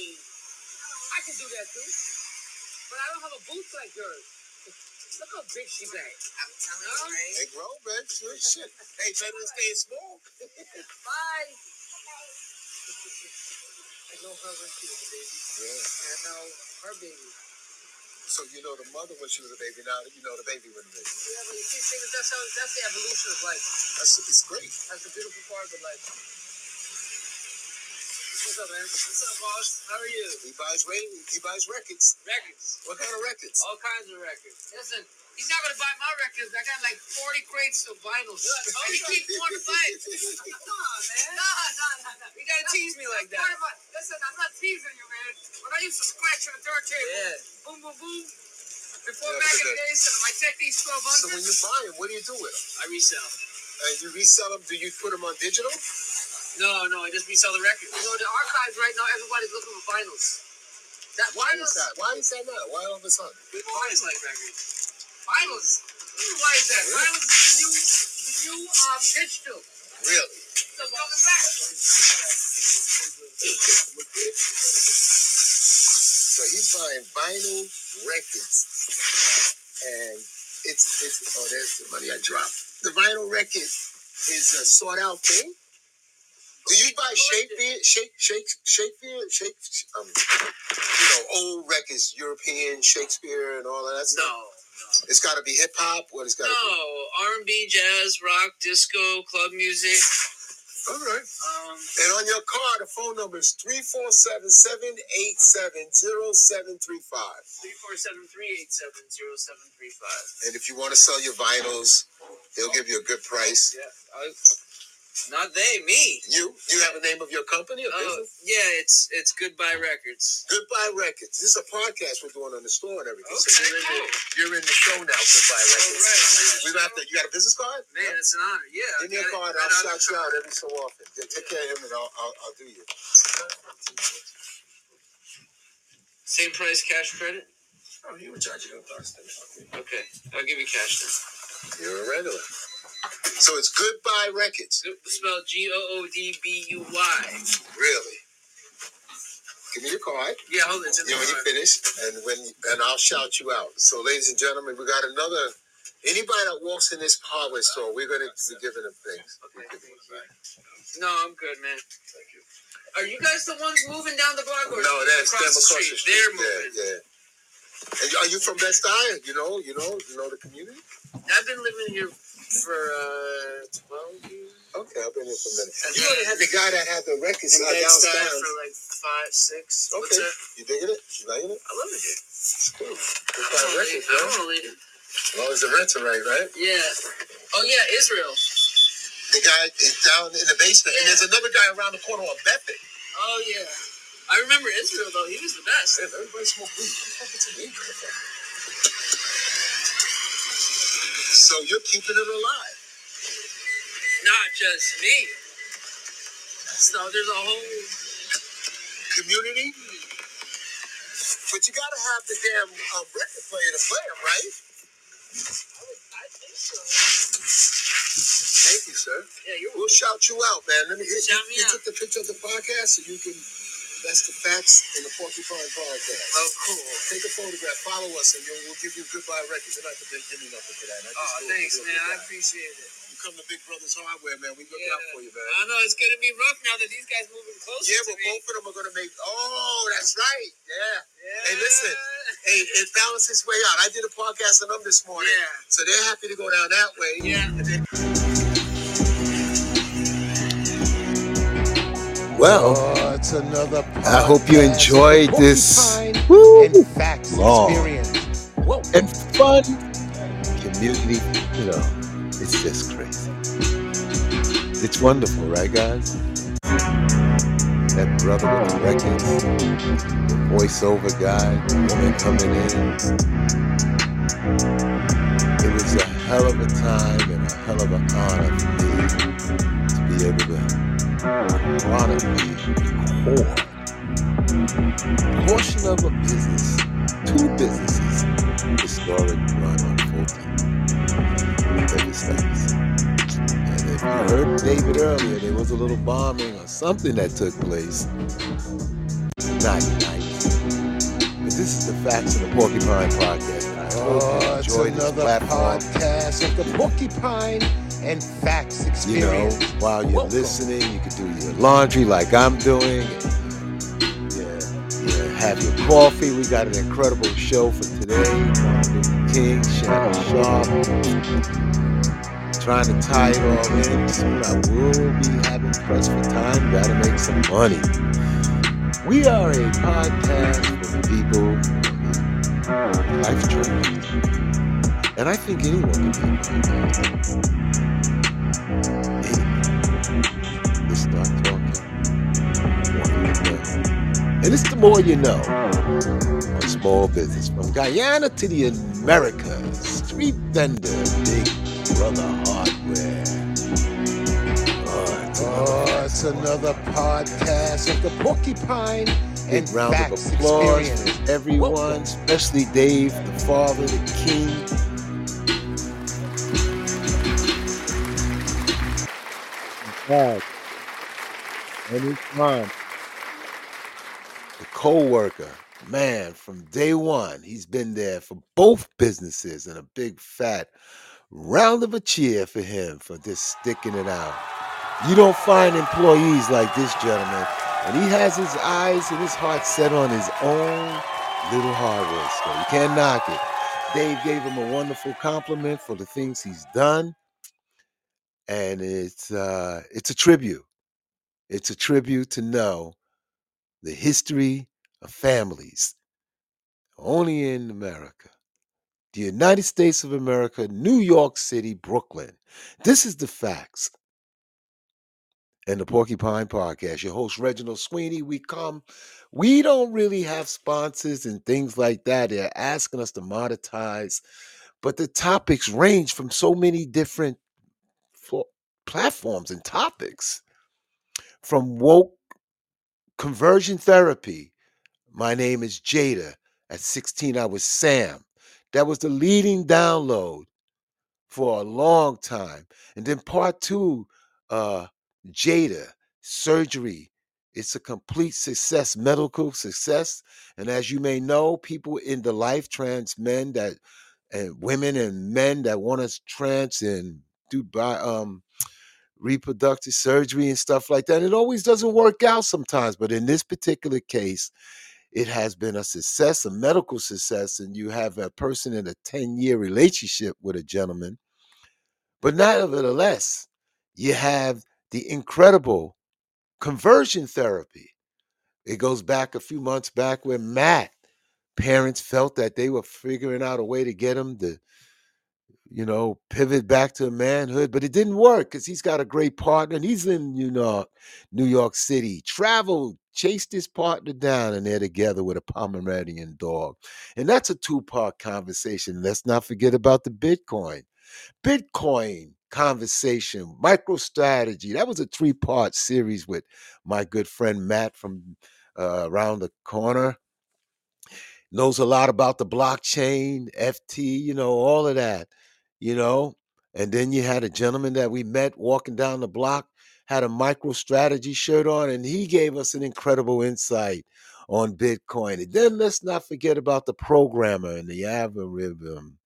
Speaker 4: I can do that too, but I don't have a booth like yours. Look how big she back.
Speaker 2: I'm telling you, right?
Speaker 1: Hey, grow, man. Sure as shit. Hey, better than staying small.
Speaker 4: Bye. I know her when she was a baby, and
Speaker 1: Yeah.
Speaker 4: I know her baby.
Speaker 1: So, you know, the mother when she was a baby, now you know the baby when a baby.
Speaker 4: Yeah, but you see, things that's how that's the evolution of life.
Speaker 1: That's it's great.
Speaker 4: That's the beautiful part of life. What's up, man? What's up, boss? How are you?
Speaker 1: He buys, ra- he buys records.
Speaker 4: Records.
Speaker 1: What kind of records?
Speaker 4: All kinds of records. Listen, he's not gonna buy my records. I got like 40 crates of vinyls. He keeps wanting to buy it.
Speaker 2: Come on, man.
Speaker 4: Nah, nah, nah, nah. You gotta tease me like that. Listen, I'm not teasing you, man. When I used to scratch on the turntable, boom, boom, boom. Before
Speaker 1: Yeah,
Speaker 4: back
Speaker 1: but
Speaker 4: in the
Speaker 1: that-
Speaker 4: day, so my technique's
Speaker 1: So, when
Speaker 4: 1200.
Speaker 1: you buy them, what do you do with them?
Speaker 4: I resell.
Speaker 1: Uh, you resell them? Do you put them on digital?
Speaker 4: No, no, I just resell the records. You know, the archives right now, everybody's looking for vinyls. That
Speaker 1: Why is
Speaker 4: vinyls,
Speaker 1: that? Why is that not? Why all of a sudden?
Speaker 4: people always like records. Vinyls. Why is that? Vinyls is the new, the new um, digital.
Speaker 1: Really?
Speaker 4: So coming back.
Speaker 1: So he's buying vinyl records, and it's it's oh, there's the money I dropped. The vinyl record is a sought out thing. Do you buy Shakespeare, shake, shake, Shakespeare, shake, um, you know, old records, European Shakespeare, and all of that
Speaker 4: No,
Speaker 1: stuff? It's got to be hip hop. What it's got to
Speaker 4: no, R&B, jazz, rock, disco, club music.
Speaker 1: be? All right.
Speaker 4: Um,
Speaker 1: And on your card, the phone number is three four seven seven eight seven zero seven three five.
Speaker 4: three four seven three eight seven zero seven three five.
Speaker 1: And if you want to sell your vinyls, they'll give you a good price.
Speaker 4: Yeah, I, not they, me.
Speaker 1: You you have a name of your company or
Speaker 4: Oh,
Speaker 1: business?
Speaker 4: yeah, it's it's Goodbye Records.
Speaker 1: Goodbye Records. This is a podcast we're doing on the store and everything. So
Speaker 4: Okay,
Speaker 1: you're in the
Speaker 4: cool.
Speaker 1: you're in the show now, Goodbye Records.
Speaker 4: Alright,
Speaker 1: We have to you got a business card?
Speaker 4: Man, it's an honor. Yeah.
Speaker 1: Give me a card, I'll shout you out every so often. Yeah, take care of him and I'll I'll, I'll do you.
Speaker 4: Same price, cash credit.
Speaker 3: Oh, you were charging them thoughts then. Okay.
Speaker 4: Okay, I'll give you cash then.
Speaker 1: You're a regular. So it's Goodbye Records.
Speaker 4: Spell G O O D B U Y.
Speaker 1: Really? Give me your card.
Speaker 4: Yeah, hold it. It's in
Speaker 1: You
Speaker 4: the
Speaker 1: know, when you
Speaker 4: car.
Speaker 1: finish, and when and I'll shout you out. So, ladies and gentlemen, we got another. Anybody that walks in this hardware store, we're gonna be giving them things.
Speaker 4: Okay, thank you. No, I'm good, man. Are you guys the ones moving down the block or
Speaker 1: No, that's
Speaker 4: across
Speaker 1: them
Speaker 4: the street? They're moving.
Speaker 1: Yeah, yeah. And are you from Best Eye? You know, you know, you know the community.
Speaker 4: I've been living here for uh, 12 years.
Speaker 1: Okay, I've been here for a minute.
Speaker 4: And
Speaker 1: You know, they had the guy that had the records
Speaker 4: in
Speaker 1: uh,
Speaker 4: Bed-Stuy
Speaker 1: downstairs.
Speaker 4: for like five, six. What's
Speaker 1: Okay,
Speaker 4: that?
Speaker 1: you digging it? You liking it?
Speaker 4: I love it here.
Speaker 1: It's
Speaker 4: I
Speaker 1: cool. Goodbye
Speaker 4: don't leave-
Speaker 1: Records,
Speaker 4: I
Speaker 1: man.
Speaker 4: don't wanna leave it.
Speaker 1: Well, it's the renter, right? Right.
Speaker 4: Yeah. Oh, yeah, Israel.
Speaker 1: The guy is down in the basement, and there's another guy around the corner on Bedford.
Speaker 4: Oh, yeah. I remember Israel, though. He was the best.
Speaker 1: Man, everybody smoke weed. What the fuck is weed? So you're keeping it alive.
Speaker 4: Not just me. So there's a whole
Speaker 1: Community. But you gotta have the damn um, record player to play them, right? Thank you, sir.
Speaker 4: Yeah, you're
Speaker 1: We'll shout you out, man. Let me. You,
Speaker 4: Shout me
Speaker 1: you
Speaker 4: out.
Speaker 1: took the picture of the podcast, so you can. That's the facts in the Porcupine podcast.
Speaker 4: Oh, cool.
Speaker 1: Take a photograph, follow us, and we'll, we'll give you goodbye records. You're not gonna give me nothing for that. I just
Speaker 4: Oh,
Speaker 1: do it
Speaker 4: thanks,
Speaker 1: for
Speaker 4: man.
Speaker 1: your
Speaker 4: I
Speaker 1: goodbye.
Speaker 4: appreciate it.
Speaker 1: You come to Big Brother's Hardware, man. We look
Speaker 4: Yeah.
Speaker 1: out for you,
Speaker 4: I
Speaker 1: man.
Speaker 4: know it's gonna be rough now that these guys moving closer
Speaker 1: Yeah,
Speaker 4: to
Speaker 1: but
Speaker 4: me.
Speaker 1: both of them are gonna make. Oh, that's right. Yeah.
Speaker 4: Yeah.
Speaker 1: Hey, listen. Hey, it balances its way out. I did a podcast on them this morning,
Speaker 4: Yeah.
Speaker 1: so they're happy to go down that way.
Speaker 4: Yeah.
Speaker 1: And then-
Speaker 8: Well,
Speaker 9: Oh, it's another
Speaker 8: I hope you
Speaker 9: podcast.
Speaker 8: enjoyed
Speaker 9: Porcupine
Speaker 8: this
Speaker 9: and
Speaker 8: woo,
Speaker 9: facts
Speaker 8: long
Speaker 9: experience. Whoa.
Speaker 8: and fun community. You know, it's just crazy. It's wonderful, right, guys? That brother with the records, the voiceover guy, the woman coming in. It was a hell of a time and a hell of an honor for me to be able to chronically record portion of a business, two businesses, historic run unfolding ever since. And if you heard David earlier, there was a little bombing or something that took place. Not nice. But this is the facts of the Porcupine Podcast, and I hope you
Speaker 9: Oh, it's
Speaker 8: enjoy this
Speaker 9: another
Speaker 8: platform.
Speaker 9: podcast of the Porcupine and Facts
Speaker 8: You know,
Speaker 9: Experience.
Speaker 8: while you're
Speaker 9: Welcome.
Speaker 8: listening, you can do your laundry like I'm doing. Yeah, yeah. Have your coffee. We got an incredible show for today. Martin Luther King, Shannon Sharp. Trying to tie it all in. Soon I will be having press for time. Gotta make some money. We are a podcast for people on a life journey. And I think anyone can be a podcast. Anyone. Just start talking. Wanting to know. And it's the more you know on small business from Guyana to the Americas. Street vendor, big brother hardware. Oh,
Speaker 9: Oh, it's
Speaker 8: it's another facts one.
Speaker 9: another podcast of the Porcupine
Speaker 8: Big
Speaker 9: and
Speaker 8: round of
Speaker 9: Facts
Speaker 8: applause
Speaker 9: Experience.
Speaker 8: for everyone,
Speaker 9: Welcome.
Speaker 8: especially Dave, the father, the king. Back anytime. The co-worker, man, from day one, he's been there for both businesses and a big fat round of a cheer for him for just sticking it out. You don't find employees like this gentleman, and he has his eyes and his heart set on his own little hardware store. You can't knock it. Dave gave him a wonderful compliment for the things he's done, and it's uh, it's a tribute. It's a tribute to know the history of families only in America. The United States of America, New York City, Brooklyn. This is the facts. and the Porcupine Podcast. Your host, Reginald Sweeney. We come, we don't really have sponsors and things like that. They're asking us to monetize, but the topics range from so many different fo- platforms and topics from woke conversion therapy, My name is Jada. At 16, I was Sam. That was the leading download for a long time. And then part two, uh, Jada, surgery. It's a complete success, medical success. And as you may know, people in the life, trans men that and women and men that want to trans and do by um reproductive surgery and stuff like that. It always doesn't work out sometimes, but in this particular case, it has been a success, a medical success, and you have a person in a 10 year relationship with a gentleman. But nevertheless, you have the incredible conversion therapy. It goes back a few months back where Matt parents felt that they were figuring out a way to get him to, you know, pivot back to manhood, but it didn't work because he's got a great partner and he's in you know New York City. Traveled, chased his partner down, and they're together with a Pomeranian dog. And that's a two-part conversation. Let's not forget about the Bitcoin. Bitcoin conversation, MicroStrategy. That was a three part series with my good friend Matt from uh, around the corner. Knows a lot about the blockchain, FT, you know, all of that, you know. And then you had a gentleman that we met walking down the block, had a MicroStrategy shirt on, and he gave us an incredible insight on Bitcoin. And then let's not forget about the programmer and the algorithm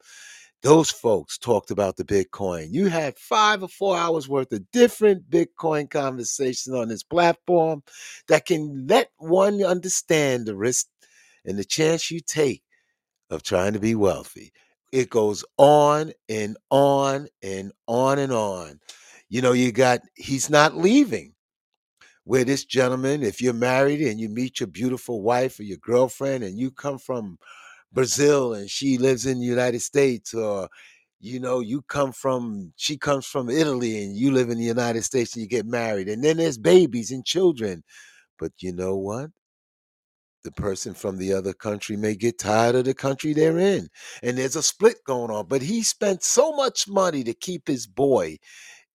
Speaker 8: those folks talked about the Bitcoin. You had five or four hours worth of different Bitcoin conversations on this platform that can let one understand the risk and the chance you take of trying to be wealthy. It goes on and on and on and on. You know, you got, he's not leaving where this gentleman, if you're married and you meet your beautiful wife or your girlfriend and you come from Brazil and she lives in the United States, or you know, you come from she comes from Italy and you live in the United States and you get married, and then there's babies and children. But you know what? The person from the other country may get tired of the country they're in. And there's a split going on. But he spent so much money to keep his boy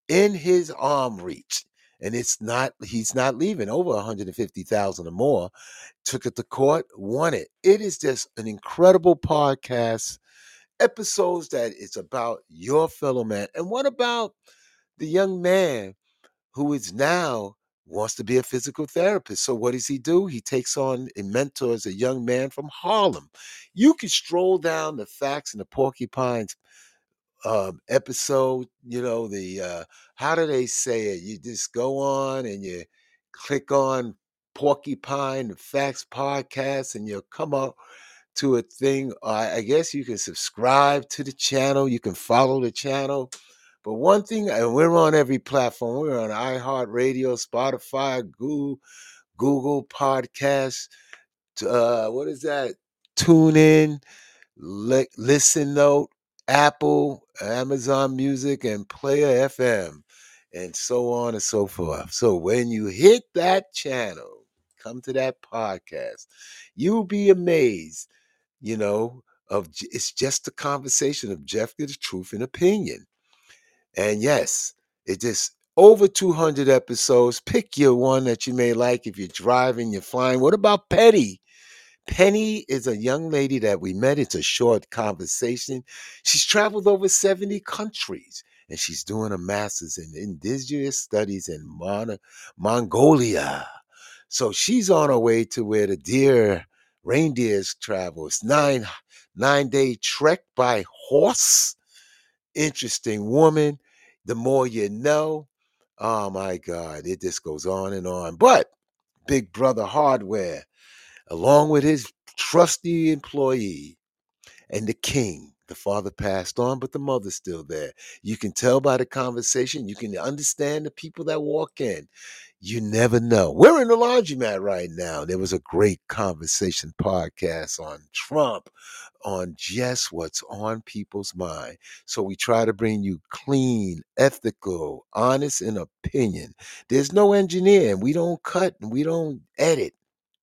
Speaker 8: in his arm reach. And it's not, he's not leaving over 150,000 or more. Took it to court, won it. It is just an incredible podcast. Episodes that it's about your fellow man. And what about the young man who is now wants to be a physical therapist. So what does he do? He takes on and mentors a young man from Harlem. You can stroll down the facts and the porcupines um, episode, you know, the uh, how do they say it? You just go on and you click on Porcupine Facts Podcast and you'll come up to a thing. I, I guess you can subscribe to the channel, you can follow the channel. But one thing, and we're on every platform, we're on iHeartRadio, Spotify, Google, Google Podcasts, t- uh, what is that? Tune in, li- listen note, Apple, Amazon Music, and Player FM, and so on and so forth. So when you hit that channel, come to that podcast, you'll be amazed, you know, of j- it's just a conversation of Jeff the truth and opinion. And yes, it just over 200 episodes. Pick your one that you may like if you're driving, you're flying. What about Petty? Penny is a young lady that we met. It's a short conversation. She's traveled over 70 countries and she's doing a master's in indigenous studies in Mon- Mongolia. So she's on her way to where the deer reindeers travel. It's nine nine day trek by horse. Interesting woman. The more you know. Oh my God, it just goes on and on. But Big Brother Hardware along with his trusty employee and the king. The father passed on, but the mother's still there. You can tell by the conversation. You can understand the people that walk in. You never know. We're in the laundromat right now. There was a great conversation podcast on Trump, on just what's on people's mind. So we try to bring you clean, ethical, honest in opinion. There's no engineer, and we don't cut and we don't edit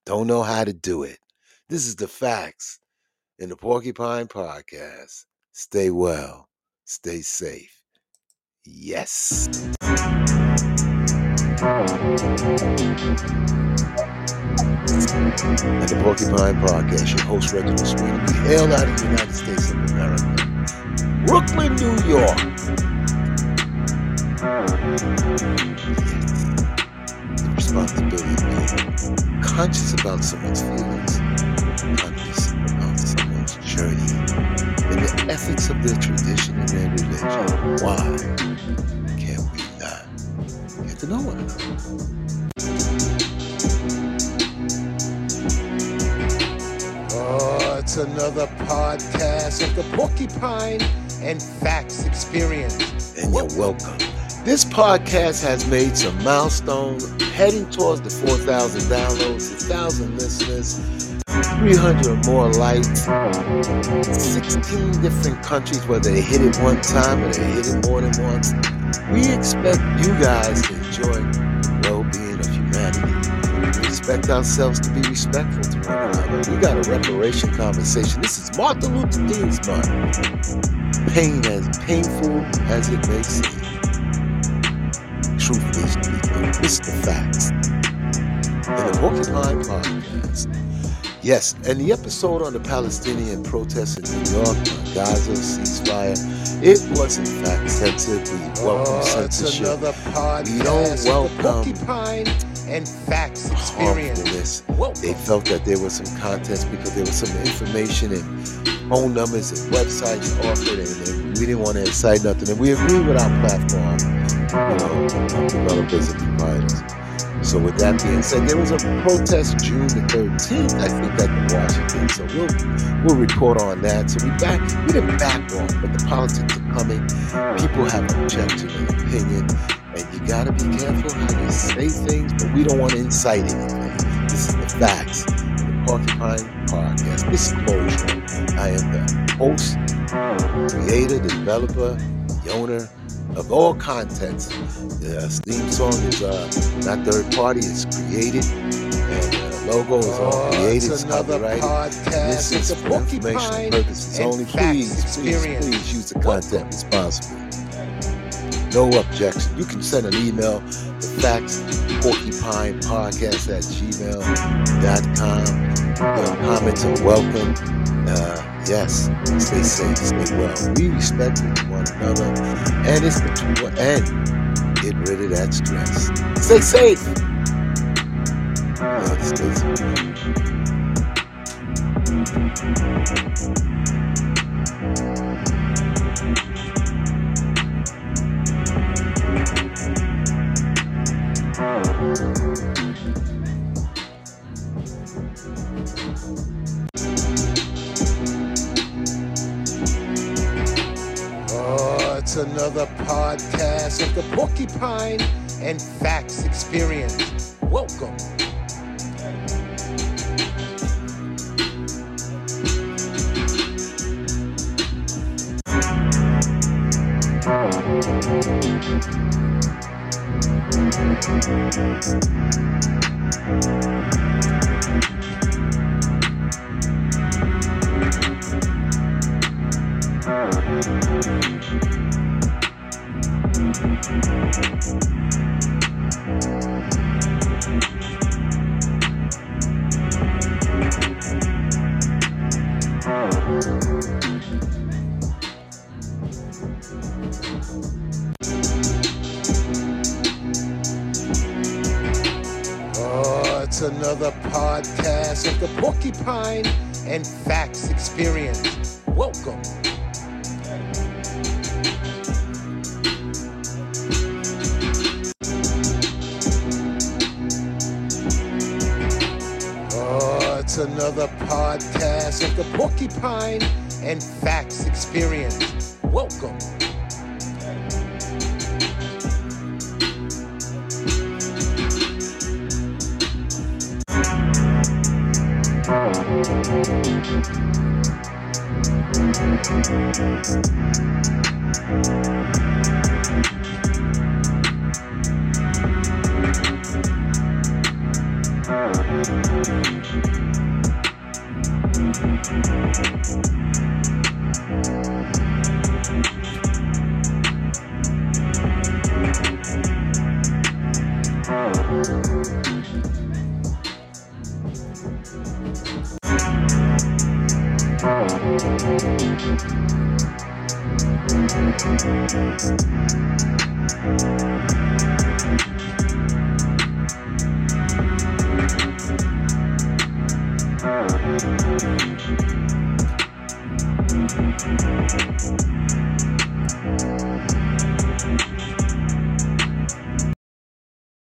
Speaker 8: don't know how to do it. This is the facts in the Porcupine Podcast. Stay well, stay safe. Yes. at the Porcupine Podcast. Your host, Reginald Sweeney. We hail out of the United States of America, Brooklyn, New York. The responsibility of being conscious about someone's feelings, conscious about someone's journey, and the ethics of their tradition and their religion. Why can we not get to know one another?
Speaker 9: Oh, it's another podcast of the Porcupine and Facts Experience.
Speaker 8: and you're welcome. This podcast has made some milestones, heading towards the 4,000 downloads, 1,000 listeners, 300 or more likes, 16 different countries, whether they hit it one time or they hit it more than once. We expect you guys to enjoy the well-being of humanity. We expect ourselves to be respectful to one another. We got a reparation conversation. This is Martin Luther King's month pain as painful as it may seem. Truth is people. It's the facts. In the Porcupine Podcast. Yes, and the episode on the Palestinian protests in New York, on Gaza ceasefire, it was in fact censored. We welcome
Speaker 9: Oh, it's
Speaker 8: censorship.
Speaker 9: another
Speaker 8: We don't
Speaker 9: podcast of the
Speaker 8: welcome
Speaker 9: Porcupine and Facts Experience.
Speaker 8: Harmfulness. They felt that there was some contest because there was some information and phone numbers and websites offered, and, and we didn't want to incite nothing. And we agree with our platform, you know, developers and providers. So with that being said, there was a protest June the 13th, I think, at the Washington. So we'll we'll report on that. So we back we didn't back off, but the politics are coming. People have objection and opinion, and you gotta be careful how you say things. But we don't want to incite anything. This is the facts. The Porcupine Podcast Disclosure. I am the host, creator, developer, the owner of all contents. The theme song is uh, not third party, it's created. And the logo is all
Speaker 9: Oh,
Speaker 8: created,
Speaker 9: it's
Speaker 8: it's
Speaker 9: another
Speaker 8: copyrighted. This
Speaker 9: podcast
Speaker 8: is
Speaker 9: of the
Speaker 8: for informational
Speaker 9: Porcupine
Speaker 8: purposes
Speaker 9: and
Speaker 8: only.
Speaker 9: Facts
Speaker 8: Please, please,
Speaker 9: Experience.
Speaker 8: please use the content responsibly. No objection. You can send an email to factsporcupinepodcast at gmail.com. Your comments are welcome. Uh, yes, stay safe, stay well. We respect one another, and it's the tour. And get rid of that stress. Stay safe. United States of America.
Speaker 9: Oh, it's another podcast of the Porcupine and Facts Experience. Welcome. Oh, it's another podcast of the Porcupine and Facts Experience. Welcome. Oh, it's another podcast of the Porcupine and Facts Experience. Welcome. Thank you.